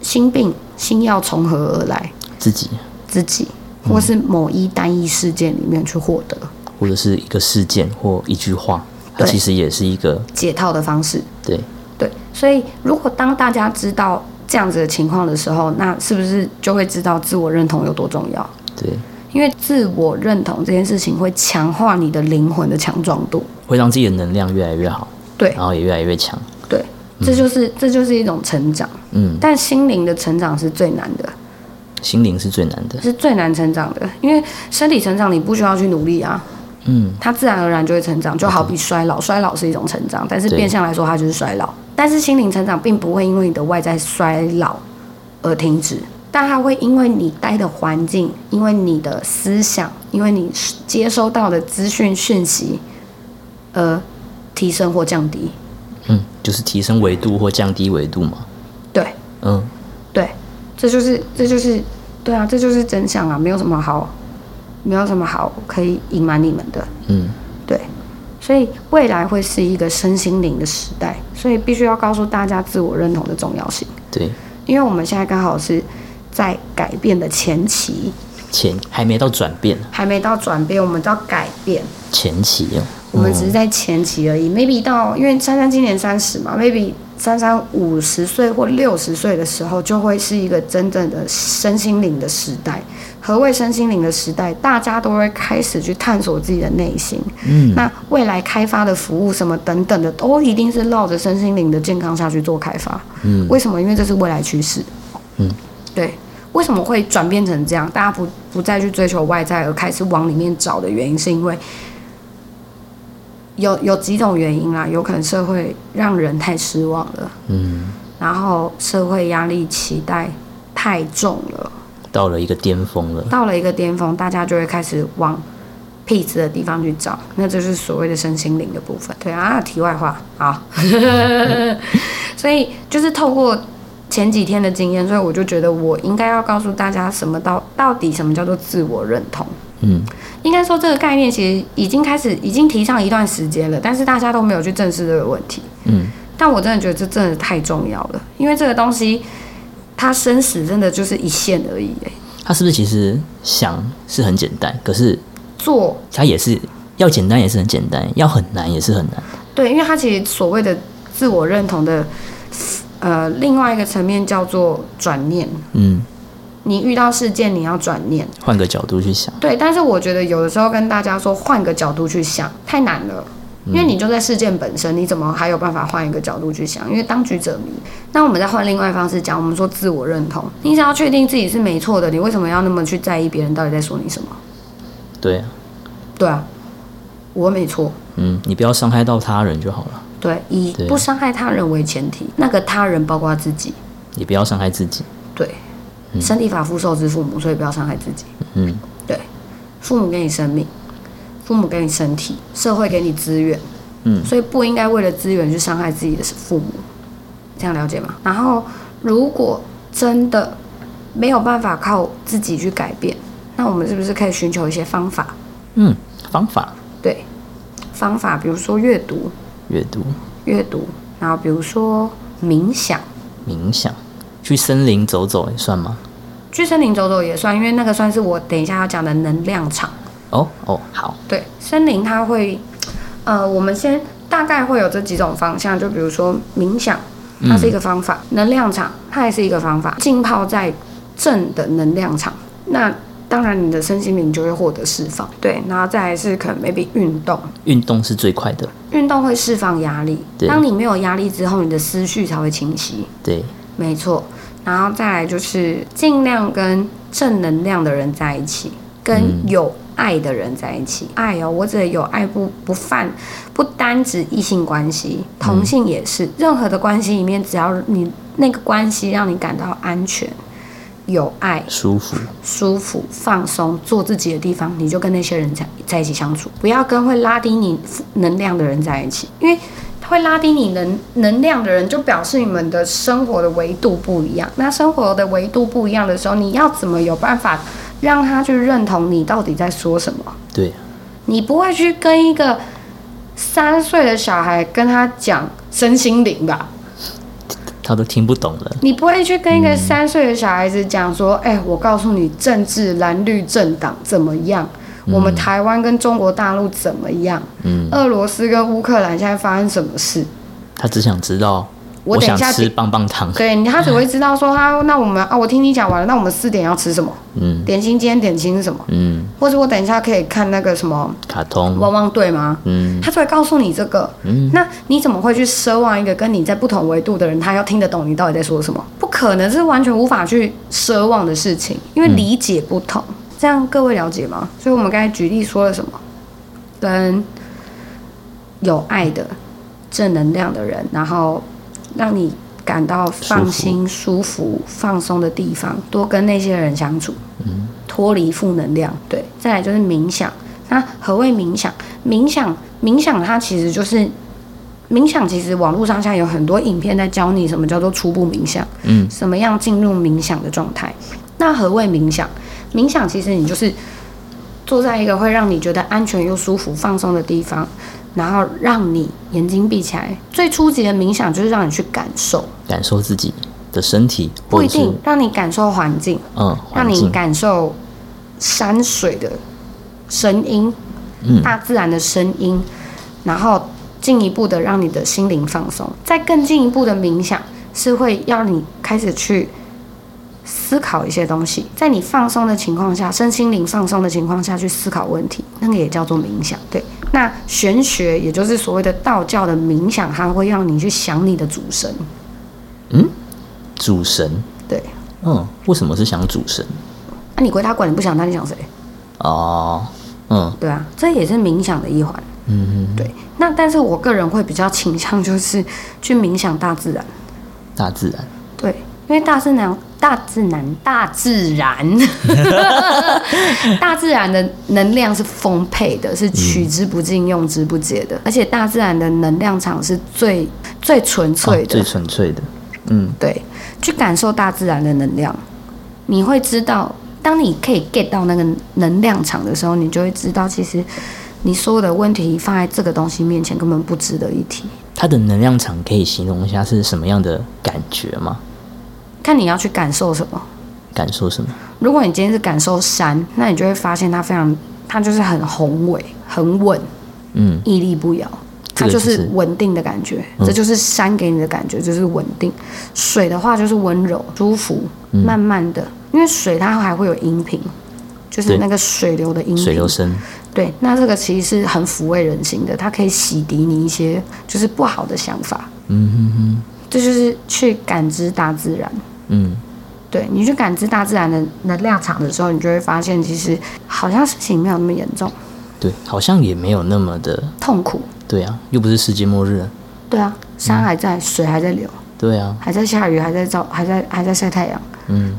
Speaker 1: 心病心药从何而来？
Speaker 2: 自己
Speaker 1: 自己。或是某一单一事件里面去获得
Speaker 2: 或者是一个事件或一句话，它
Speaker 1: 对
Speaker 2: 其实也是一个
Speaker 1: 解套的方式，
Speaker 2: 对，
Speaker 1: 对，所以如果当大家知道这样子的情况的时候，那是不是就会知道自我认同有多重要？
Speaker 2: 对，
Speaker 1: 因为自我认同这件事情会强化你的灵魂的强壮度。
Speaker 2: 会让自己的能量越来越好，
Speaker 1: 对
Speaker 2: 然后也越来越强。
Speaker 1: 对，这就是、这就是一种成长，
Speaker 2: 嗯，
Speaker 1: 但心灵的成长是最难的，
Speaker 2: 心灵是最难的。
Speaker 1: 是最难成长的，因为身体成长你不需要去努力啊，
Speaker 2: 嗯，
Speaker 1: 它自然而然就会成长，就好比衰老，衰老是一种成长，但是
Speaker 2: 对
Speaker 1: 变相来说它就是衰老。但是心灵成长并不会因为你的外在衰老而停止，但它会因为你待的环境，因为你的思想，因为你接收到的资讯讯息而提升或降低。
Speaker 2: 嗯，就是提升维度或降低维度嘛。
Speaker 1: 对
Speaker 2: 嗯，
Speaker 1: 对，这就是这就是对啊，这就是真相啊，没有什么好，没有什么好可以隐瞒你们的。
Speaker 2: 嗯，
Speaker 1: 对，所以未来会是一个身心灵的时代，所以必须要告诉大家自我认同的重要性，
Speaker 2: 对，
Speaker 1: 因为我们现在刚好是在改变的前期，
Speaker 2: 前还没到转变，
Speaker 1: 还没到转变，我们到改变，
Speaker 2: 前期哦。
Speaker 1: 我们只是在前期而已。maybe 到因为珊珊今年三十嘛，maybe 珊珊五十岁或六十岁的时候，就会是一个真正的身心灵的时代。何谓身心灵的时代？大家都会开始去探索自己的内心。嗯，那未来开发的服务什么等等的，都一定是绕着身心灵的健康下去做开发。嗯，为什么？因为这是未来趋势。对，为什么会转变成这样？大家不不再去追求外在，而开始往里面找的原因，是因为有有几种原因啦，有可能社会让人太失望了，
Speaker 2: 嗯，
Speaker 1: 然后社会压力期待太重了，
Speaker 2: 到了一个巅峰了。
Speaker 1: 到了一个巅峰，大家就会开始往 peace 的地方去找，那就是所谓的身心灵的部分。对啊，题外话，好，
Speaker 2: 嗯
Speaker 1: 所以就是透过前几天的经验，所以我就觉得我应该要告诉大家什么到到底什么叫做自我认同。
Speaker 2: 嗯，
Speaker 1: 应该说这个概念其实已经开始已经提倡一段时间了，但是大家都没有去正视这个问题。
Speaker 2: 嗯，
Speaker 1: 但我真的觉得这真的太重要了，因为这个东西它生死真的就是一线而已、欸，
Speaker 2: 他是不是其实想是很简单，可是
Speaker 1: 做
Speaker 2: 他也是要简单也是很简单，要很难也是很难。
Speaker 1: 对，因为它其实所谓的自我认同的呃另外一个层面叫做转念，
Speaker 2: 嗯，
Speaker 1: 你遇到事件你要转念。
Speaker 2: 换个角度去想，
Speaker 1: 对，但是我觉得有的时候跟大家说换个角度去想太难了，因为你就在事件本身，你怎么还有办法换一个角度去想？因为当局者迷。那我们再换另外一方式讲，我们说自我认同，你只要确定自己是没错的，你为什么要那么去在意别人到底在说你什么？
Speaker 2: 对啊，
Speaker 1: 对啊，我没错。
Speaker 2: 嗯，你不要伤害到他人就好了，
Speaker 1: 对，以
Speaker 2: 对啊
Speaker 1: 不伤害他人为前提，那个他人包括自己，
Speaker 2: 也不要伤害自己。
Speaker 1: 对，身体发肤受之父母，所以不要伤害自己。
Speaker 2: 嗯，
Speaker 1: 对，父母给你生命，父母给你身体，社会给你资源，
Speaker 2: 嗯
Speaker 1: 所以不应该为了资源去伤害自己的父母，这样了解吗？然后，如果真的没有办法靠自己去改变，那我们是不是可以寻求一些方法？
Speaker 2: 嗯，方法
Speaker 1: 对，方法，比如说阅读，
Speaker 2: 阅读、
Speaker 1: 阅读，然后比如说冥想。
Speaker 2: 冥想，去森林走走也算吗？
Speaker 1: 去森林走走也算，因为那个算是我等一下要讲的能量场。
Speaker 2: 哦哦，好，
Speaker 1: 对，森林它会，呃，我们先大概会有这几种方向，就比如说冥想，它是一个方法；能量场，它也是一个方法。浸泡在正的能量场，那当然你的身心灵就会获得释放。对，然后再来是可能 maybe 运动，
Speaker 2: 运动是最快的。
Speaker 1: 运动会释放压力。
Speaker 2: 对
Speaker 1: 当你没有压力之后，你的思绪才会清晰。
Speaker 2: 对，
Speaker 1: 没错，然后再来就是尽量跟正能量的人在一起，跟有爱的人在一起。爱哦，我指的有爱不不泛，不单指异性关系，同性也是，任何的关系里面，只要你那个关系让你感到安全。有爱、
Speaker 2: 舒服。
Speaker 1: 舒服、放松，做自己的地方，你就跟那些人在在一起相处，不要跟会拉低你能量的人在一起，因为会拉低你能能量的人，就表示你们的生活的维度不一样。那生活的维度不一样的时候，你要怎么有办法让他去认同你到底在说什么？
Speaker 2: 对，
Speaker 1: 你不会去跟一个三岁的小孩跟他讲身心灵吧？
Speaker 2: 他都听不懂了。
Speaker 1: 你不会去跟一个三岁的小孩子讲说，哎、我告诉你，政治蓝绿政党怎么样？我们台湾跟中国大陆怎么样？
Speaker 2: 嗯，
Speaker 1: 俄罗斯跟乌克兰现在发生什么事？
Speaker 2: 他只想知道，
Speaker 1: 我
Speaker 2: 我
Speaker 1: 等一
Speaker 2: 想
Speaker 1: 下
Speaker 2: 吃
Speaker 1: 点
Speaker 2: 棒棒糖。
Speaker 1: 对，他只会知道说，啊，那我们啊，我听你讲完了，那我们四点要吃什么？
Speaker 2: 嗯
Speaker 1: 点心今天点心是什么？
Speaker 2: 嗯，
Speaker 1: 或者我等一下可以看那个什么
Speaker 2: 卡通。
Speaker 1: 汪汪队吗？
Speaker 2: 嗯
Speaker 1: 他只会告诉你这个，
Speaker 2: 嗯
Speaker 1: 那你怎么会去奢望一个跟你在不同维度的人，他要听得懂你到底在说什么？不可能是完全无法去奢望的事情，因为理解不同。这样各位了解吗？所以我们刚才举例说了什么？跟有爱的、正能量的人，然后让你感到放心、舒服、放松的地方，多跟那些人相处，脱离负能量。对，再来就是冥想。那何谓冥想？冥想，冥想，它其实就是冥想。其实网络上现在有很多影片在教你什么叫做初步冥想，
Speaker 2: 嗯，
Speaker 1: 什么样进入冥想的状态。那何谓冥想？冥想其实你就是坐在一个会让你觉得安全又舒服、放松的地方，然后让你眼睛闭起来。最初级的冥想就是让你去感受，
Speaker 2: 感受自己的身体，
Speaker 1: 不
Speaker 2: 或
Speaker 1: 一
Speaker 2: 者是
Speaker 1: 定让你感受环境，
Speaker 2: 嗯
Speaker 1: 让
Speaker 2: 环
Speaker 1: 你
Speaker 2: 境。
Speaker 1: 感受山水的声音，
Speaker 2: 嗯
Speaker 1: 大自然的声音，然后进一步的让你的心灵放松。再更进一步的冥想是会要你开始去思考一些东西，在你放松的情况下，身心灵放松的情况下去思考问题，那个也叫做冥想。对，那玄学也就是所谓的道教的冥想，它会让你去想你的主神。
Speaker 2: 主神。
Speaker 1: 对，
Speaker 2: 嗯，为什么是想主神？
Speaker 1: 那、你归他管，你不想他，你想谁？
Speaker 2: 哦，嗯
Speaker 1: 对啊，这也是冥想的一环。
Speaker 2: 嗯，
Speaker 1: 对，那但是我个人会比较倾向就是去冥想大自然，
Speaker 2: 大自然。
Speaker 1: 对，因为大自然大自然，大自 然， 大自然的能量是丰沛的，是取之不尽、用之不竭的，而且大自然的能量场是最最纯粹
Speaker 2: 哦
Speaker 1: 的
Speaker 2: 最，纯粹的，嗯，
Speaker 1: 对，去感受大自然的能量，你会知道，当你可以 get 到那个能量场的时候，你就会知道，其实你所有的问题放在这个东西面前根本不值得一提。
Speaker 2: 它的能量场可以形容一下是什么样的感觉吗？
Speaker 1: 看你要去感受什么。
Speaker 2: 感受什么？
Speaker 1: 如果你今天是感受山，那你就会发现它非常，它就是很宏伟、很稳、
Speaker 2: 嗯，
Speaker 1: 屹立不摇，它
Speaker 2: 这个
Speaker 1: 就
Speaker 2: 就是嗯
Speaker 1: 是稳定的感觉。这就是山给你的感觉，就是稳定。水的话就是温柔、舒服，
Speaker 2: 嗯
Speaker 1: 慢慢的，因为水它还会有音频，就是
Speaker 2: 对
Speaker 1: 那个水流的音频。
Speaker 2: 水流声，
Speaker 1: 对，那这个其实是很抚慰人心的，它可以洗涤你一些就是不好的想法。
Speaker 2: 嗯哼哼，
Speaker 1: 这就是去感知大自然。
Speaker 2: 嗯，
Speaker 1: 对你去感知大自然的能量场的时候，你就会发现，其实好像事情没有那么严重，
Speaker 2: 对，好像也没有那么的，
Speaker 1: 痛苦。
Speaker 2: 对啊，又不是世界末日，
Speaker 1: 对啊，山还在，水还在流，
Speaker 2: 对啊，
Speaker 1: 还在下雨，还在照，还在还在晒太阳，
Speaker 2: 嗯，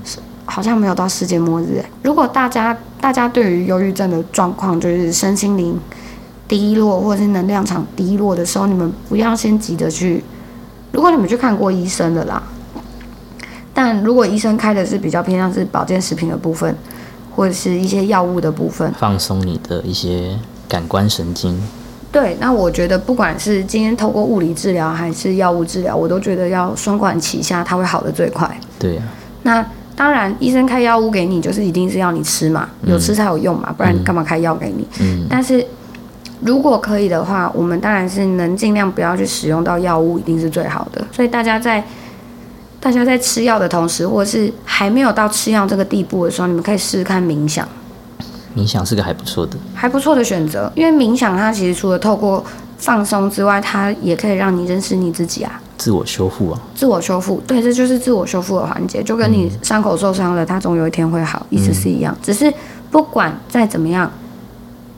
Speaker 1: 好像没有到世界末日欸。如果大家大家对于忧郁症的状况，就是身心灵低落或者是能量场低落的时候，你们不要先急着去。如果你们去看过医生的啦，但如果医生开的是比较偏向是保健食品的部分，或者是一些药物的部分，
Speaker 2: 放松你的一些感官神经，
Speaker 1: 对，那我觉得不管是今天透过物理治疗还是药物治疗，我都觉得要双管齐下，它会好的最快。
Speaker 2: 对啊，
Speaker 1: 那当然，医生开药物给你，就是一定是要你吃嘛，有吃才有用嘛，不然干嘛开药给你？
Speaker 2: 嗯
Speaker 1: 但是如果可以的话，我们当然是能尽量不要去使用到药物，一定是最好的。所以大家在大家在吃药的同时，或者是还没有到吃药这个地步的时候，你们可以试试看冥想。
Speaker 2: 冥想是个还不错的，
Speaker 1: 还不错的选择，因为冥想它其实除了透过放松之外，它也可以让你认识你自己啊，
Speaker 2: 自我修复啊，
Speaker 1: 自我修复。对，这就是自我修复的环节，就跟你伤口受伤了，它总有一天会好，意思是一样。只是不管再怎么样，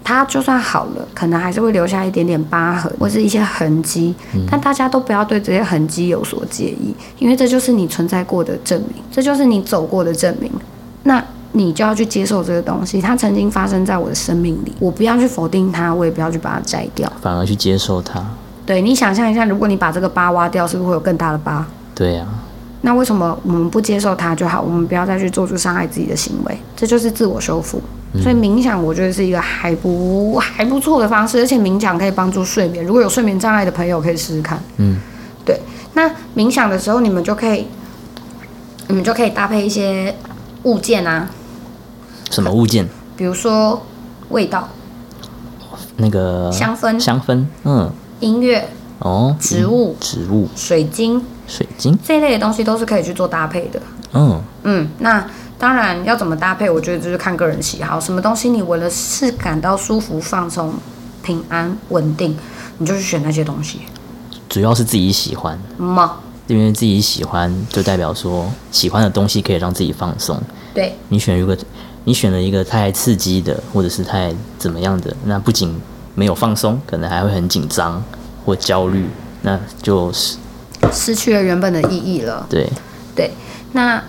Speaker 1: 它就算好了，可能还是会留下一点点疤痕或是一些痕迹，但大家都不要对这些痕迹有所介意，因为这就是你存在过的证明，这就是你走过的证明。那你就要去接受这个东西，它曾经发生在我的生命里，我不要去否定它，我也不要去把它摘掉。
Speaker 2: 反而去接受它，
Speaker 1: 对你想象一下，如果你把这个疤挖掉，是不是会有更大的疤？
Speaker 2: 对啊，
Speaker 1: 那为什么我们不接受它就好？我们不要再去做出伤害自己的行为，这就是自我修复。所以冥想，我觉得是一个还不还不错的方式，而且冥想可以帮助睡眠。如果有睡眠障碍的朋友，可以试试看。
Speaker 2: 嗯，
Speaker 1: 对。那冥想的时候，你们就可以，你们就可以搭配一些物件啊，
Speaker 2: 什么物件？
Speaker 1: 比如说味道、
Speaker 2: 那个
Speaker 1: 香氛
Speaker 2: 香氛，嗯，
Speaker 1: 音乐、
Speaker 2: 哦，
Speaker 1: 植物
Speaker 2: 嗯植物、
Speaker 1: 水晶
Speaker 2: 水晶，
Speaker 1: 这一类的东西，都是可以去做搭配的。
Speaker 2: 嗯，
Speaker 1: 嗯，那当然要怎么搭配，我觉得就是看个人喜好。什么东西你为了是感到舒服、放松、平安、稳定，你就去选那些东西。
Speaker 2: 主要是自己喜欢，
Speaker 1: 嘛，
Speaker 2: 因为自己喜欢，就代表说喜欢的东西可以让自己放松。
Speaker 1: 对
Speaker 2: 你选一个，你选了一个太刺激的，或者是太怎么样的，那不仅没有放松，可能还会很紧张或焦虑，那就是
Speaker 1: 失去了原本的意义了。
Speaker 2: 对，
Speaker 1: 对，那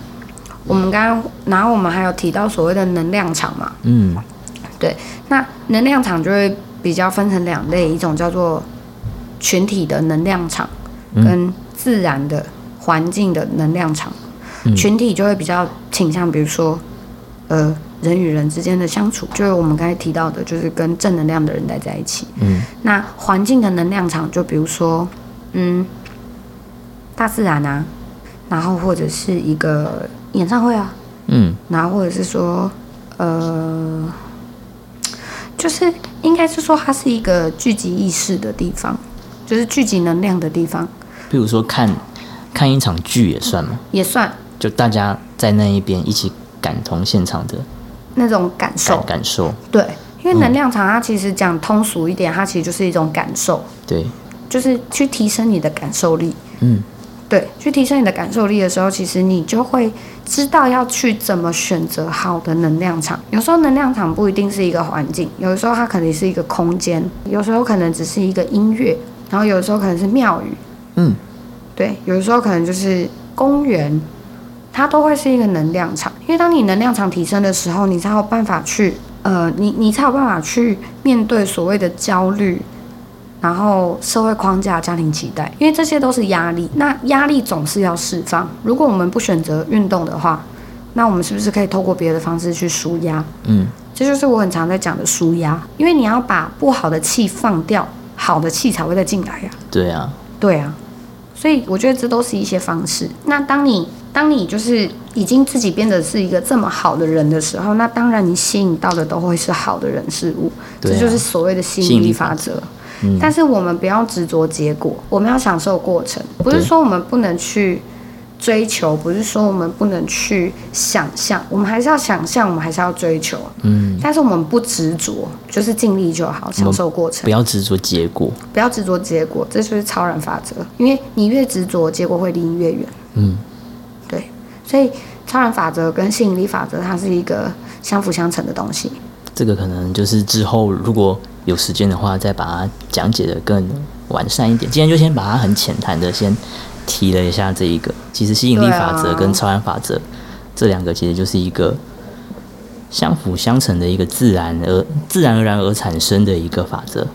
Speaker 1: 我们刚刚，然后我们还有提到所谓的能量场嘛，
Speaker 2: 嗯，
Speaker 1: 对，那能量场就会比较分成两类，一种叫做群体的能量场，跟自然的环境的能量场。群体就会比较倾向，比如说，呃，人与人之间的相处，就是我们刚才提到的，就是跟正能量的人待在一起。
Speaker 2: 嗯，
Speaker 1: 那环境的能量场，就比如说，嗯，大自然啊，然后或者是一个演唱会啊，
Speaker 2: 嗯，
Speaker 1: 然后或者是说，呃，就是应该是说它是一个聚集意识的地方，就是聚集能量的地方，
Speaker 2: 比如说看看一场剧也算嘛，
Speaker 1: 也算
Speaker 2: 就大家在那一边一起感同现场的
Speaker 1: 那种感
Speaker 2: 感
Speaker 1: 受。
Speaker 2: 感受，
Speaker 1: 对，因为能量场它其实讲通俗一点，它其实就是一种感受，
Speaker 2: 对，
Speaker 1: 就是去提升你的感受力。
Speaker 2: 嗯，
Speaker 1: 对，去提升你的感受力的时候，其实你就会知道要去怎么选择好的能量场。有时候能量场不一定是一个环境，有的时候它可能是一个空间，有时候可能只是一个音乐，然后有的时候可能是庙宇，
Speaker 2: 嗯，
Speaker 1: 对，有的时候可能就是公园。它都会是一个能量场。因为当你能量场提升的时候，你才有办法去呃，你你才有办法去面对所谓的焦虑，然后社会框架、家庭期待，因为这些都是压力。那压力总是要释放。如果我们不选择运动的话，那我们是不是可以透过别的方式去舒压？
Speaker 2: 嗯，
Speaker 1: 这就是我很常在讲的舒压，因为你要把不好的气放掉，好的气才会再进来呀、
Speaker 2: 对啊，
Speaker 1: 对啊，所以我觉得这都是一些方式。那当你当你就是已经自己变得是一个这么好的人的时候，那当然你吸引到的都会是好的人事物，
Speaker 2: 对啊
Speaker 1: 这就是所谓的吸
Speaker 2: 吸
Speaker 1: 引
Speaker 2: 引
Speaker 1: 力
Speaker 2: 力
Speaker 1: 法
Speaker 2: 法
Speaker 1: 则。
Speaker 2: 嗯
Speaker 1: 但是我们不要执着结果，我们要享受过程。不是
Speaker 2: 对
Speaker 1: 说我们不能去追求，不是说我们不能去想象，我们还是要想象，我们还是要追求。
Speaker 2: 嗯，
Speaker 1: 但是我们不执着，就是尽力就好，享受过程
Speaker 2: 不。要执着结果，
Speaker 1: 不要执着结果，这就是超然法则。因为你越执着，结果会离你越远。
Speaker 2: 嗯，
Speaker 1: 对，所以超然法则跟吸引力法则它是一个相辅相成的东西。
Speaker 2: 这个可能就是之后如果有时间的话，再把它讲解的更完善一点。今天就先把它很浅谈的先提了一下这一个。其实吸引力
Speaker 1: 对啊
Speaker 2: 法则跟超然法则、这两个其实就是一个相辅相成的一个自然而自然而然而产生的一个法则。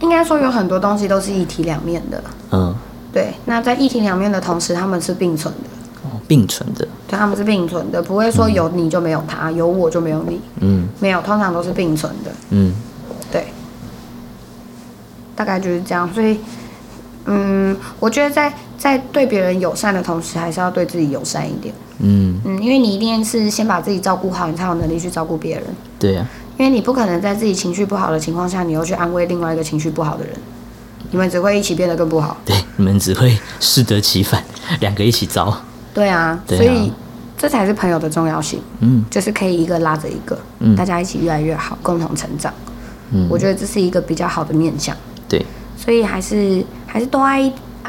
Speaker 1: 应该说有很多东西都是一体两面的。
Speaker 2: 嗯，
Speaker 1: 对，那在一体两面的同时，它们是并存的。
Speaker 2: 哦并存的。
Speaker 1: 对，它们是并存的，不会说有你就没有他，有我就没有你，
Speaker 2: 嗯
Speaker 1: 没有，通常都是并存的。
Speaker 2: 嗯，
Speaker 1: 对，大概就是这样。所以，嗯，我觉得在在对别人友善的同时，还是要对自己友善一点。
Speaker 2: 嗯，
Speaker 1: 嗯，因为你一定是先把自己照顾好，你才有能力去照顾别人。
Speaker 2: 对啊，
Speaker 1: 因为你不可能在自己情绪不好的情况下，你又去安慰另外一个情绪不好的人，你们只会一起变得更不好。
Speaker 2: 对， 你们只会适得其反，两个一起遭。
Speaker 1: 对啊，
Speaker 2: 对啊
Speaker 1: 所以这才是朋友的重要性，
Speaker 2: 嗯
Speaker 1: 就是可以一个拉着一个，
Speaker 2: 嗯
Speaker 1: 大家一起越来越好，共同成长。
Speaker 2: 嗯，
Speaker 1: 我觉得这是一个比较好的面向。
Speaker 2: 对，
Speaker 1: 所以还是还是多爱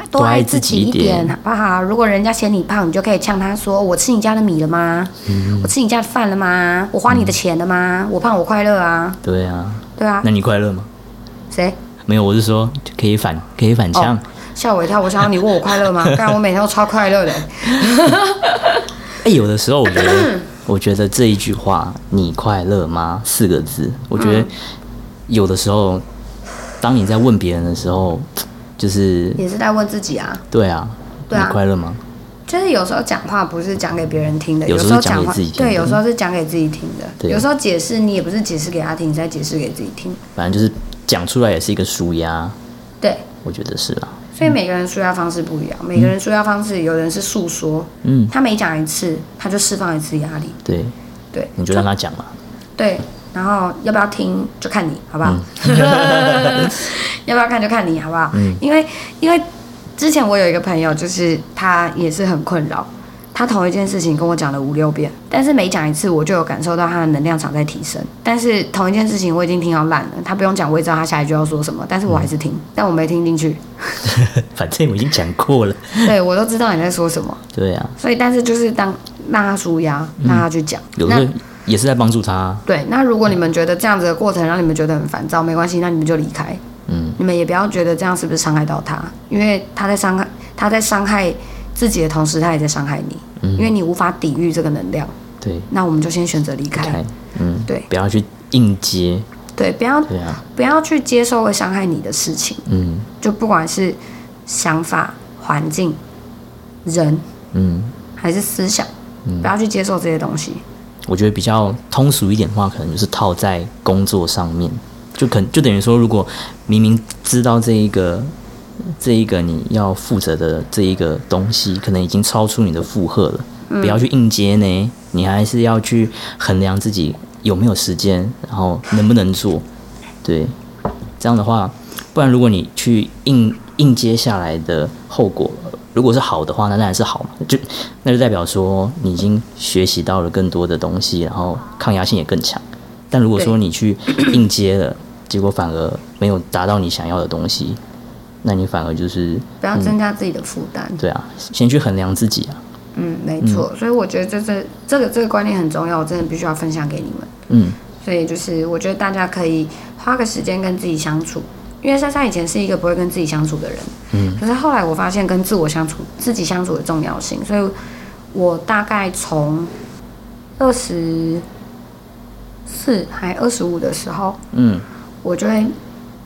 Speaker 1: 多
Speaker 2: 多
Speaker 1: 爱
Speaker 2: 爱
Speaker 1: 自
Speaker 2: 自
Speaker 1: 己
Speaker 2: 己
Speaker 1: 一
Speaker 2: 一点
Speaker 1: 点，好不好？如果人家嫌你胖，你就可以呛他说：“我吃你家的米了吗？
Speaker 2: 嗯
Speaker 1: 我吃你家的饭了吗？我花你的钱了吗？我胖我快乐啊，
Speaker 2: 对啊。
Speaker 1: 对啊
Speaker 2: 嗯那，你快乐吗？
Speaker 1: 谁？
Speaker 2: 没有，我是说可以反可以反
Speaker 1: 哦
Speaker 2: 呛，，
Speaker 1: 吓我一跳！我想要你问我快乐 吗？干，我每天都超快乐的。
Speaker 2: 哎、有的时候我觉 得，我觉得这一句话“你快乐吗”四个字，我觉
Speaker 1: 嗯
Speaker 2: 得有的时候，当你在问别人的时候，就是
Speaker 1: 也是在问自己啊，
Speaker 2: 对啊，
Speaker 1: 对啊
Speaker 2: 你快乐吗？
Speaker 1: 就是有时候讲话不是讲给别人听的，有
Speaker 2: 有时候
Speaker 1: 时候
Speaker 2: 是讲
Speaker 1: 讲
Speaker 2: 给
Speaker 1: 话
Speaker 2: 自己听的
Speaker 1: 对，有时候是讲给自己听的。
Speaker 2: 对
Speaker 1: 有时候解释你也不是解释给他听，你是在解释给自己听。
Speaker 2: 反正就是讲出来也是一个舒压，
Speaker 1: 对，
Speaker 2: 我觉得是啊，
Speaker 1: 所以每个人舒压方式不一样，每个人舒压方式，有人是诉说，
Speaker 2: 嗯，
Speaker 1: 他每讲一次，他就释放一次压力，
Speaker 2: 对，
Speaker 1: 对
Speaker 2: 你就让他讲 嘛，
Speaker 1: 对，然后要不要听就看你，好不好？ 要不要看就看你，好不好？因为因为之前我有一个朋友，就是他也是很困扰，他同一件事情跟我讲了五六遍，但是每讲一次我就有感受到他的能量场在提升，但是同一件事情我已经听到烂了，他不用讲我也知道他下一句要说什么，但是我还是听，但我没听进去，
Speaker 2: 反正我已经讲过了，
Speaker 1: 对我都知道你在说什么，
Speaker 2: 对啊，
Speaker 1: 所以但是就是当让他舒压，让他去讲，
Speaker 2: 嗯有
Speaker 1: 那
Speaker 2: 的时候也是在帮助他，
Speaker 1: 对，那如果你们觉得这样子的过程让你们觉得很烦躁，没关系，那你们就离开。
Speaker 2: 嗯，
Speaker 1: 你们也不要觉得这样是不是伤害到他，因为他在伤害他在伤害自己的同时，他也在伤害你，
Speaker 2: 嗯
Speaker 1: 因为你无法抵御这个能量。
Speaker 2: 对，
Speaker 1: 那我们就先选择离开
Speaker 2: 开，，嗯，
Speaker 1: 对
Speaker 2: 不要去硬接，
Speaker 1: 对，不要
Speaker 2: 对啊，
Speaker 1: 不要去接受会伤害你的事情，
Speaker 2: 嗯
Speaker 1: 就不管是想法、环境、人
Speaker 2: 嗯。
Speaker 1: 还是思想，不要去接受这些东西。
Speaker 2: 我觉得比较通俗一点的话，可能就是套在工作上面，就可就等于说，如果明明知道这一个这一个你要负责的这一个东西，可能已经超出你的负荷了，不要去应接呢，你还是要去衡量自己有没有时间，然后能不能做，对，这样的话，不然如果你去应应接下来的后果，如果是好的话，那当然是好嘛，就那就代表说你已经学习到了更多的东西，然后抗压性也更强。但如果说
Speaker 1: 对
Speaker 2: 你去应接了，结果反而没有达到你想要的东西，那你反而就是
Speaker 1: 不要增加自己的负担，
Speaker 2: 对啊，先去衡量自己啊，
Speaker 1: 嗯，没错，所以我觉得这是这个这个观念很重要，我真的必须要分享给你们。
Speaker 2: 嗯，
Speaker 1: 所以就是我觉得大家可以花个时间跟自己相处，因为珊珊以前是一个不会跟自己相处的人，嗯，可是后来我发现跟自我相处、自己相处的重要性，所以我大概从二十四还二十五的时候，
Speaker 2: 嗯，
Speaker 1: 我就会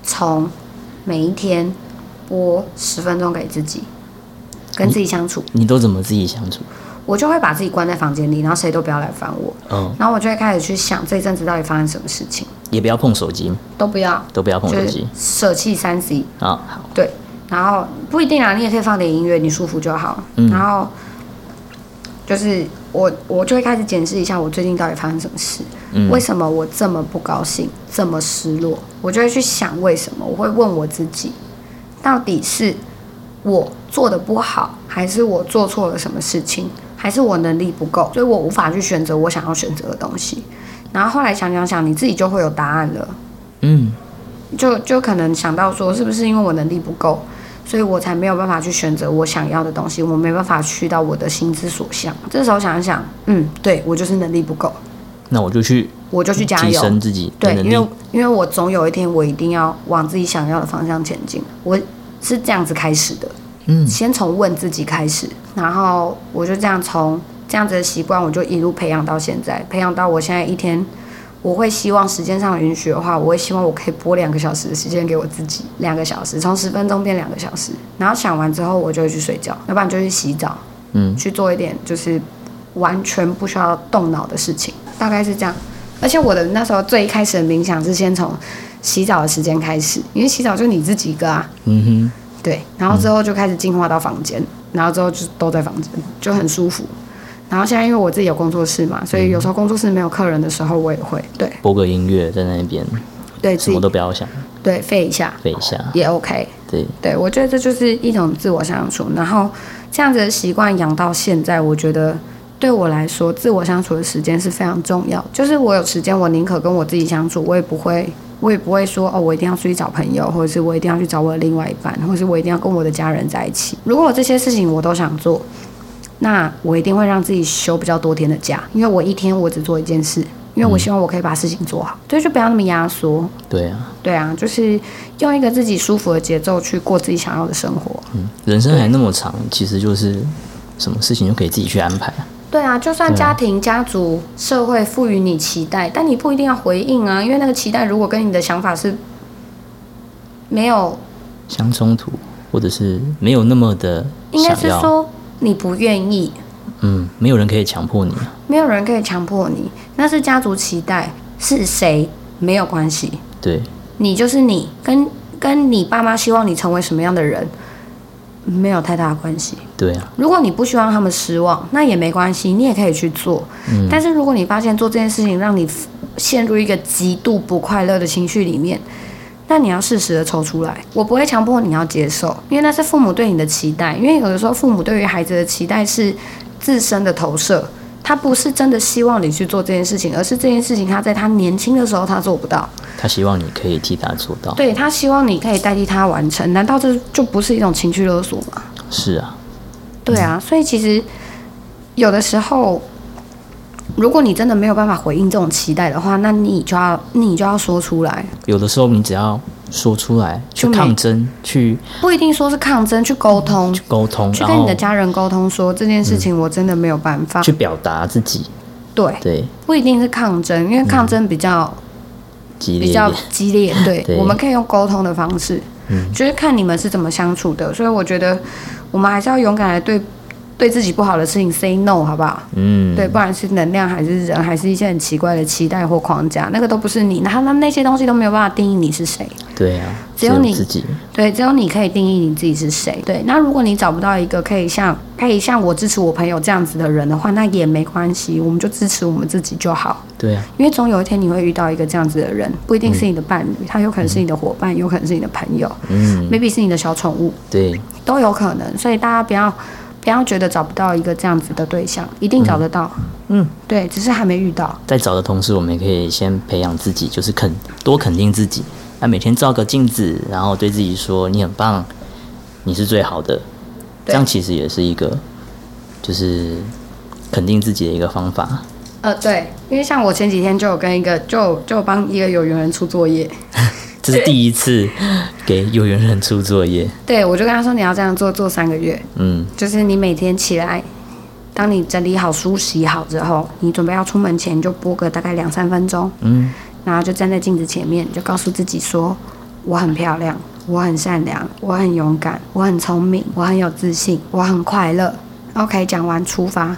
Speaker 1: 从每一天播十分钟给自己，跟自己相处。
Speaker 2: 你都怎么自己相处？
Speaker 1: 我就会把自己关在房间里，然后谁都不要来烦我。
Speaker 2: 嗯，
Speaker 1: 然后我就会开始去想这一阵子到底发生什么事情，
Speaker 2: 也不要碰手机，
Speaker 1: 都不要，
Speaker 2: 都不要碰
Speaker 1: 就
Speaker 2: 手
Speaker 1: 是
Speaker 2: 机
Speaker 1: 舍弃三 C。
Speaker 2: 啊。好，
Speaker 1: 对，然后不一定啊，你也可以放点音乐，你舒服就好。
Speaker 2: 嗯
Speaker 1: 然后就是我我就会开始检视一下我最近到底发生什么事，
Speaker 2: 嗯
Speaker 1: 为什么我这么不高兴，这么失落？我就会去想为什么，我会问我自己，到底是我做的不好，还是我做错了什么事情，还是我能力不够，所以我无法去选择我想要选择的东西。然后后来想想想，你自己就会有答案了。
Speaker 2: 嗯
Speaker 1: 就就可能想到说，是不是因为我能力不够，所以我才没有办法去选择我想要的东西，我没办法去到我的心之所向。这时候想一想，嗯，对我就是能力不够，
Speaker 2: 那我就去
Speaker 1: 我就去加
Speaker 2: 提
Speaker 1: 油
Speaker 2: 升。自己的
Speaker 1: 对，
Speaker 2: 能
Speaker 1: 因为
Speaker 2: 力。
Speaker 1: 因为我总有一天我一定要往自己想要的方向前进，我是这样子开始的。
Speaker 2: 嗯
Speaker 1: 先从问自己开始，然后我就这样从这样子的习惯，我就一路培养到现在，培养到我现在一天，我会希望时间上允许的话，我会希望我可以播两个小时的时间给我自己，两个小时，从十分钟变两个小时，然后想完之后我就会去睡觉，要不然就去洗澡，
Speaker 2: 嗯，
Speaker 1: 去做一点就是完全不需要动脑的事情，大概是这样。而且我的那时候最一开始的冥想是先从洗澡的时间开始，因为洗澡就你自己一个啊，
Speaker 2: 嗯
Speaker 1: 对，然后之后就开始进化到房间，然后之后就都在房间，就很舒服。然后现在因为我自己有工作室嘛，所以有时候工作室没有客人的时候，我也会对
Speaker 2: 哼，播个音乐在那边，
Speaker 1: 对自
Speaker 2: 什
Speaker 1: 己哦
Speaker 2: 么都不要想，
Speaker 1: 对废一下
Speaker 2: 飞一下。
Speaker 1: 也 OK。
Speaker 2: 对，
Speaker 1: 对我觉得这就是一种自我相处，然后这样子的习惯养到现在，我觉得对我来说，自我相处的时间是非常重要。就是我有时间，我宁可跟我自己相处，我也不会。我也不会说哦，我一定要出去找朋友，或者是我一定要去找我的另外一半，或者是我一定要跟我的家人在一起。如果这些事情我都想做，那我一定会让自己休比较多天的假，因为我一天我只做一件事，因为我希望我可以把事情做好，所以就不要那么压缩。
Speaker 2: 对啊，
Speaker 1: 对啊，就是用一个自己舒服的节奏去过自己想要的生活。
Speaker 2: 嗯人生还那么长，其实就是什么事情就可以自己去安排。
Speaker 1: 对啊，就算家庭、家族、社会赋予你期待，但你不一定要回应啊，因为那个期待如果跟你的想法是没有，
Speaker 2: 相冲突，或者是没有那么的
Speaker 1: 应该
Speaker 2: 想
Speaker 1: 是
Speaker 2: 要，
Speaker 1: 说你不愿意，
Speaker 2: 嗯，没有人可以强迫你啊，
Speaker 1: 没有人可以强迫你，那是家族期待，是谁没有关系，
Speaker 2: 对，
Speaker 1: 你就是你，跟跟你爸妈希望你成为什么样的人没有太大的关系。
Speaker 2: 对啊，
Speaker 1: 如果你不希望他们失望，那也没关系，你也可以去做。但是如果你发现做这件事情让你陷入一个极度不快乐的情绪里面，那你要适时的抽出来。我不会强迫你要接受，因为那是父母对你的期待。因为有的时候父母对于孩子的期待是自身的投射，他不是真的希望你去做这件事情，而是这件事情他在他年轻的时候他做不到。
Speaker 2: 他希望你可以替他做到，
Speaker 1: 对他希望你可以代替他完成，难道这就不是一种情绪勒索吗？
Speaker 2: 是啊，
Speaker 1: 对啊，所以其实有的时候，如果你真的没有办法回应这种期待的话，那你就要你就要说出来，
Speaker 2: 有的时候你只要说出来，去
Speaker 1: 就没
Speaker 2: 抗争，去
Speaker 1: 不一定说是抗争，去沟通，
Speaker 2: 沟通，
Speaker 1: 去
Speaker 2: 然
Speaker 1: 跟你
Speaker 2: 后
Speaker 1: 的家人沟通说这件事情我真的没有办法。
Speaker 2: 去表达自己，
Speaker 1: 对，
Speaker 2: 对，
Speaker 1: 不一定是抗争，因为抗争比较、
Speaker 2: 激烈
Speaker 1: 比
Speaker 2: 一
Speaker 1: 较
Speaker 2: 点，
Speaker 1: 激烈，对，
Speaker 2: 对
Speaker 1: 我们可以用沟通的方式，就是看你们是怎么相处的。所以我觉得我们还是要勇敢来对对自己不好的事情 say no，好不好？
Speaker 2: 嗯，
Speaker 1: 对，不管是能量还是人，还是一些很奇怪的期待或框架，那个都不是你，那那那些东西都没有办法定义你是谁。
Speaker 2: 对啊，
Speaker 1: 只
Speaker 2: 只
Speaker 1: 有你
Speaker 2: 自己，
Speaker 1: 对，只有你可以定义你自己是谁。对，那如果你找不到一个可以像可以像我支持我朋友这样子的人的话，那也没关系，我们就支持我们自己就好。
Speaker 2: 对啊，
Speaker 1: 因为总有一天你会遇到一个这样子的人，不一定是你的伴侣，他有可能是你的伙伴，有可能是你的朋友、
Speaker 2: 嗯，
Speaker 1: m a y b e 是你的小宠物，
Speaker 2: 对，
Speaker 1: 都有可能。所以大家不要不要觉得找不到一个这样子的对象，一定找得到。
Speaker 2: 嗯，
Speaker 1: 对，只是还没遇到。
Speaker 2: 在找的同时，我们也可以先培养自己，就是肯多肯定自己。那每天照个镜子，然后对自己说：“你很棒，你是最好的。”
Speaker 1: 对
Speaker 2: 这样其实也是一个，就是肯定自己的一个方法。
Speaker 1: 呃，对，因为像我前几天就有跟一个，就就有帮一个有缘人出作业，
Speaker 2: 这是第一次给有缘人出作业，
Speaker 1: 对我就跟他说你要这样做，做三个月，
Speaker 2: 嗯，
Speaker 1: 就是你每天起来当你整理好书、洗好之后，你准备要出门前，你就播个大概两三分钟，
Speaker 2: 嗯，
Speaker 1: 然后就站在镜子前面，你就告诉自己说：“我很漂亮，我很善良，我很勇敢，我很聪明，我很有自信，我很快乐。” OK，讲完出发，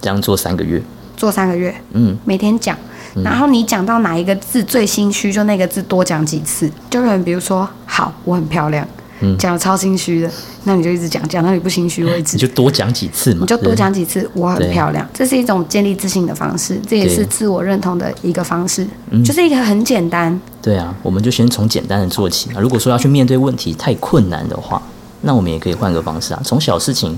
Speaker 2: 这样做三个月，
Speaker 1: 做三个月，
Speaker 2: 嗯，
Speaker 1: 每天讲，然后你讲到哪一个字最心虚，就那个字多讲几次。就有人比如说“好，我很漂亮”，
Speaker 2: 嗯
Speaker 1: 讲的超心虚的，那你就一直讲，讲到你不心虚为止
Speaker 2: 你。就多讲几次嘛，
Speaker 1: 你就多
Speaker 2: 对
Speaker 1: 讲几次，我很
Speaker 2: 对
Speaker 1: 漂亮，这是一种建立自信的方式，这也
Speaker 2: 对嗯
Speaker 1: 是自我认同的一个方式，就是一个很简单，
Speaker 2: 对啊，我们就先从简单的做起嘛。如果说要去面对问题太困难的话，那我们也可以换个方式啊，从小事情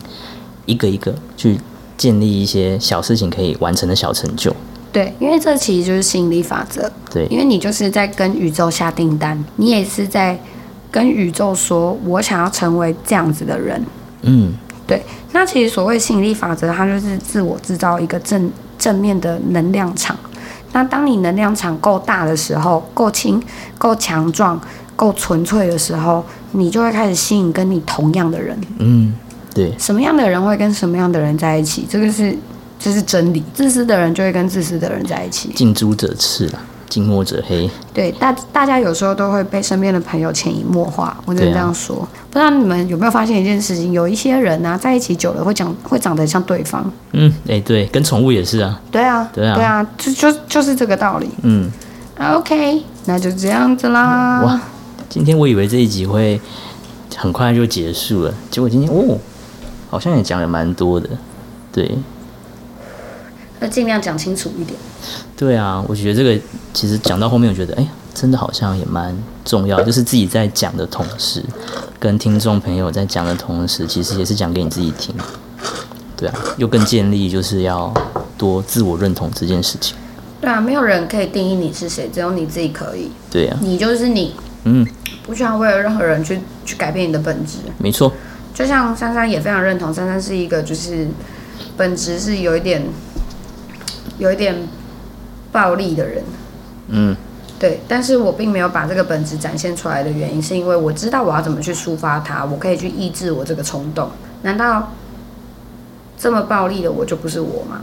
Speaker 2: 一个一个去建立一些小事情可以完成的小成就。
Speaker 1: 对，因为这其实就是吸引力法则，
Speaker 2: 对
Speaker 1: 因为你就是在跟宇宙下订单，你也是在跟宇宙说，我想要成为这样子的人，
Speaker 2: 嗯，
Speaker 1: 对，那其实所谓吸引力法则，它就是自我制造一个正正面的能量场。那当你能量场够大的时候，够轻、够强壮、够纯粹的时候，你就会开始吸引跟你同样的人。
Speaker 2: 嗯，对，
Speaker 1: 什么样的人会跟什么样的人在一起？这个是这是真理。自私的人就会跟自私的人在一起。
Speaker 2: 近朱者赤啦，近墨者黑。
Speaker 1: 对，大大家有时候都会被身边的朋友潜移默化，我只能这
Speaker 2: 对啊
Speaker 1: 样说。不知道你们有没有发现一件事情？有一些人啊，在一起久了会讲会长得像对方。
Speaker 2: 嗯，哎、对，跟宠物也是啊。
Speaker 1: 对啊，
Speaker 2: 对啊
Speaker 1: 就就就是这个道理。
Speaker 2: 嗯，
Speaker 1: 啊 OK，那就这样子啦。
Speaker 2: 哇，今天我以为这一集会很快就结束了，结果今天哦，好像也讲了蛮多的。对，
Speaker 1: 那尽量讲清楚一点。
Speaker 2: 对啊，我觉得这个其实讲到后面，我觉得哎、真的好像也蛮重 要，就是自己在讲的同时，跟听众朋友在讲的同时，其实也是讲给你自己听。对啊，又更建立就是要多自我认同这件事情。
Speaker 1: 对啊，没有人可以定义你是谁，只有你自己可以。
Speaker 2: 对啊，
Speaker 1: 你就是你，
Speaker 2: 嗯，
Speaker 1: 不需要为了任何人去去改变你的本质。
Speaker 2: 没错，
Speaker 1: 就像珊珊也非常认同，珊珊是一个就是本质是有一点有一点暴力的人。
Speaker 2: 嗯，
Speaker 1: 对，但是我并没有把这个本质展现出来的原因，是因为我知道我要怎么去抒发它，我可以去抑制我这个冲动。难道这么暴力的我就不是我吗？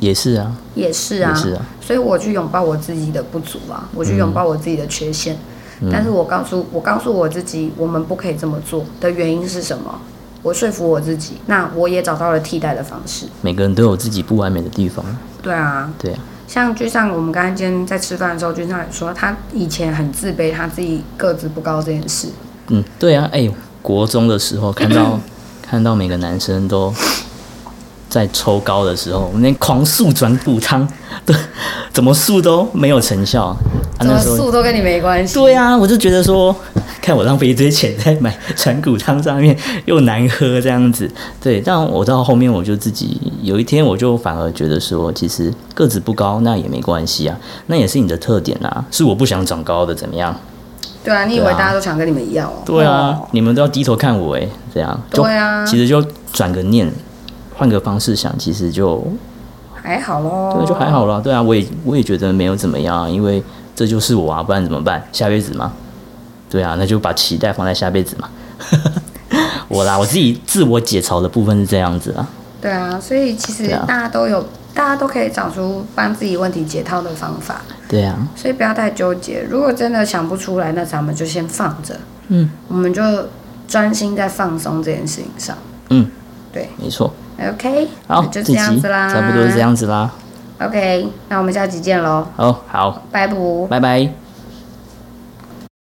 Speaker 2: 也是啊，
Speaker 1: 也是
Speaker 2: 也
Speaker 1: 啊，
Speaker 2: 是啊，
Speaker 1: 所以我去拥抱我自己的不足啊，我去拥抱我自己的缺陷。
Speaker 2: 嗯
Speaker 1: 但是我告诉我告诉我自己，我们不可以这么做的原因是什么？我说服我自己，那我也找到了替代的方式。
Speaker 2: 每个人都有自己不完美的地方。
Speaker 1: 对啊，
Speaker 2: 对啊，
Speaker 1: 像君上，我们刚才今天在吃饭的时候，君上也说他以前很自卑，他自己个子不高这件事。
Speaker 2: 嗯，对啊，哎、国中的时候 看到看到每个男生都在抽高的时候，我那狂速转骨汤， 对，怎么速都没有成效啊。
Speaker 1: 怎么
Speaker 2: 那时候
Speaker 1: 素都跟你没关系？
Speaker 2: 对啊，我就觉得说，看我浪费一堆钱在买转骨汤上面，又难喝这样子。对，但我到后面我就自己有一天我就反而觉得说，其实个子不高那也没关系啊，那也是你的特点啊，是我不想长高的，怎么样？
Speaker 1: 对啊，你以为
Speaker 2: 对啊
Speaker 1: 大家都想跟你们一样哦？
Speaker 2: 对啊，
Speaker 1: 哦
Speaker 2: 你们都要低头看我哎，这样就
Speaker 1: 对啊
Speaker 2: 其实就转个念，换个方式想，其实就
Speaker 1: 还好咯，
Speaker 2: 对，就还。好啦。对啊，我也我也觉得没有怎么样啊，因为这就是我啊，不然怎么办？下辈子嘛，对啊，那就把期待放在下辈子嘛。 我啦，我自己自我解嘲的部分是这样子啊，
Speaker 1: 对啊，所以其实
Speaker 2: 对啊
Speaker 1: 大家都有，大家都可以找出帮自己问题解套的方法，
Speaker 2: 对啊，
Speaker 1: 所以不要太纠结。如果真的想不出来，那咱们就先放着，
Speaker 2: 嗯，
Speaker 1: 我们就专心在放松这件事情上。
Speaker 2: 嗯，
Speaker 1: 对
Speaker 2: 没错。
Speaker 1: OK，
Speaker 2: 好
Speaker 1: 那，就这
Speaker 2: 这集
Speaker 1: 样子啦，
Speaker 2: 差不多是这。样子啦。
Speaker 1: OK，那我们下期见喽，
Speaker 2: 哦，好，
Speaker 1: 拜拜。
Speaker 2: 拜拜。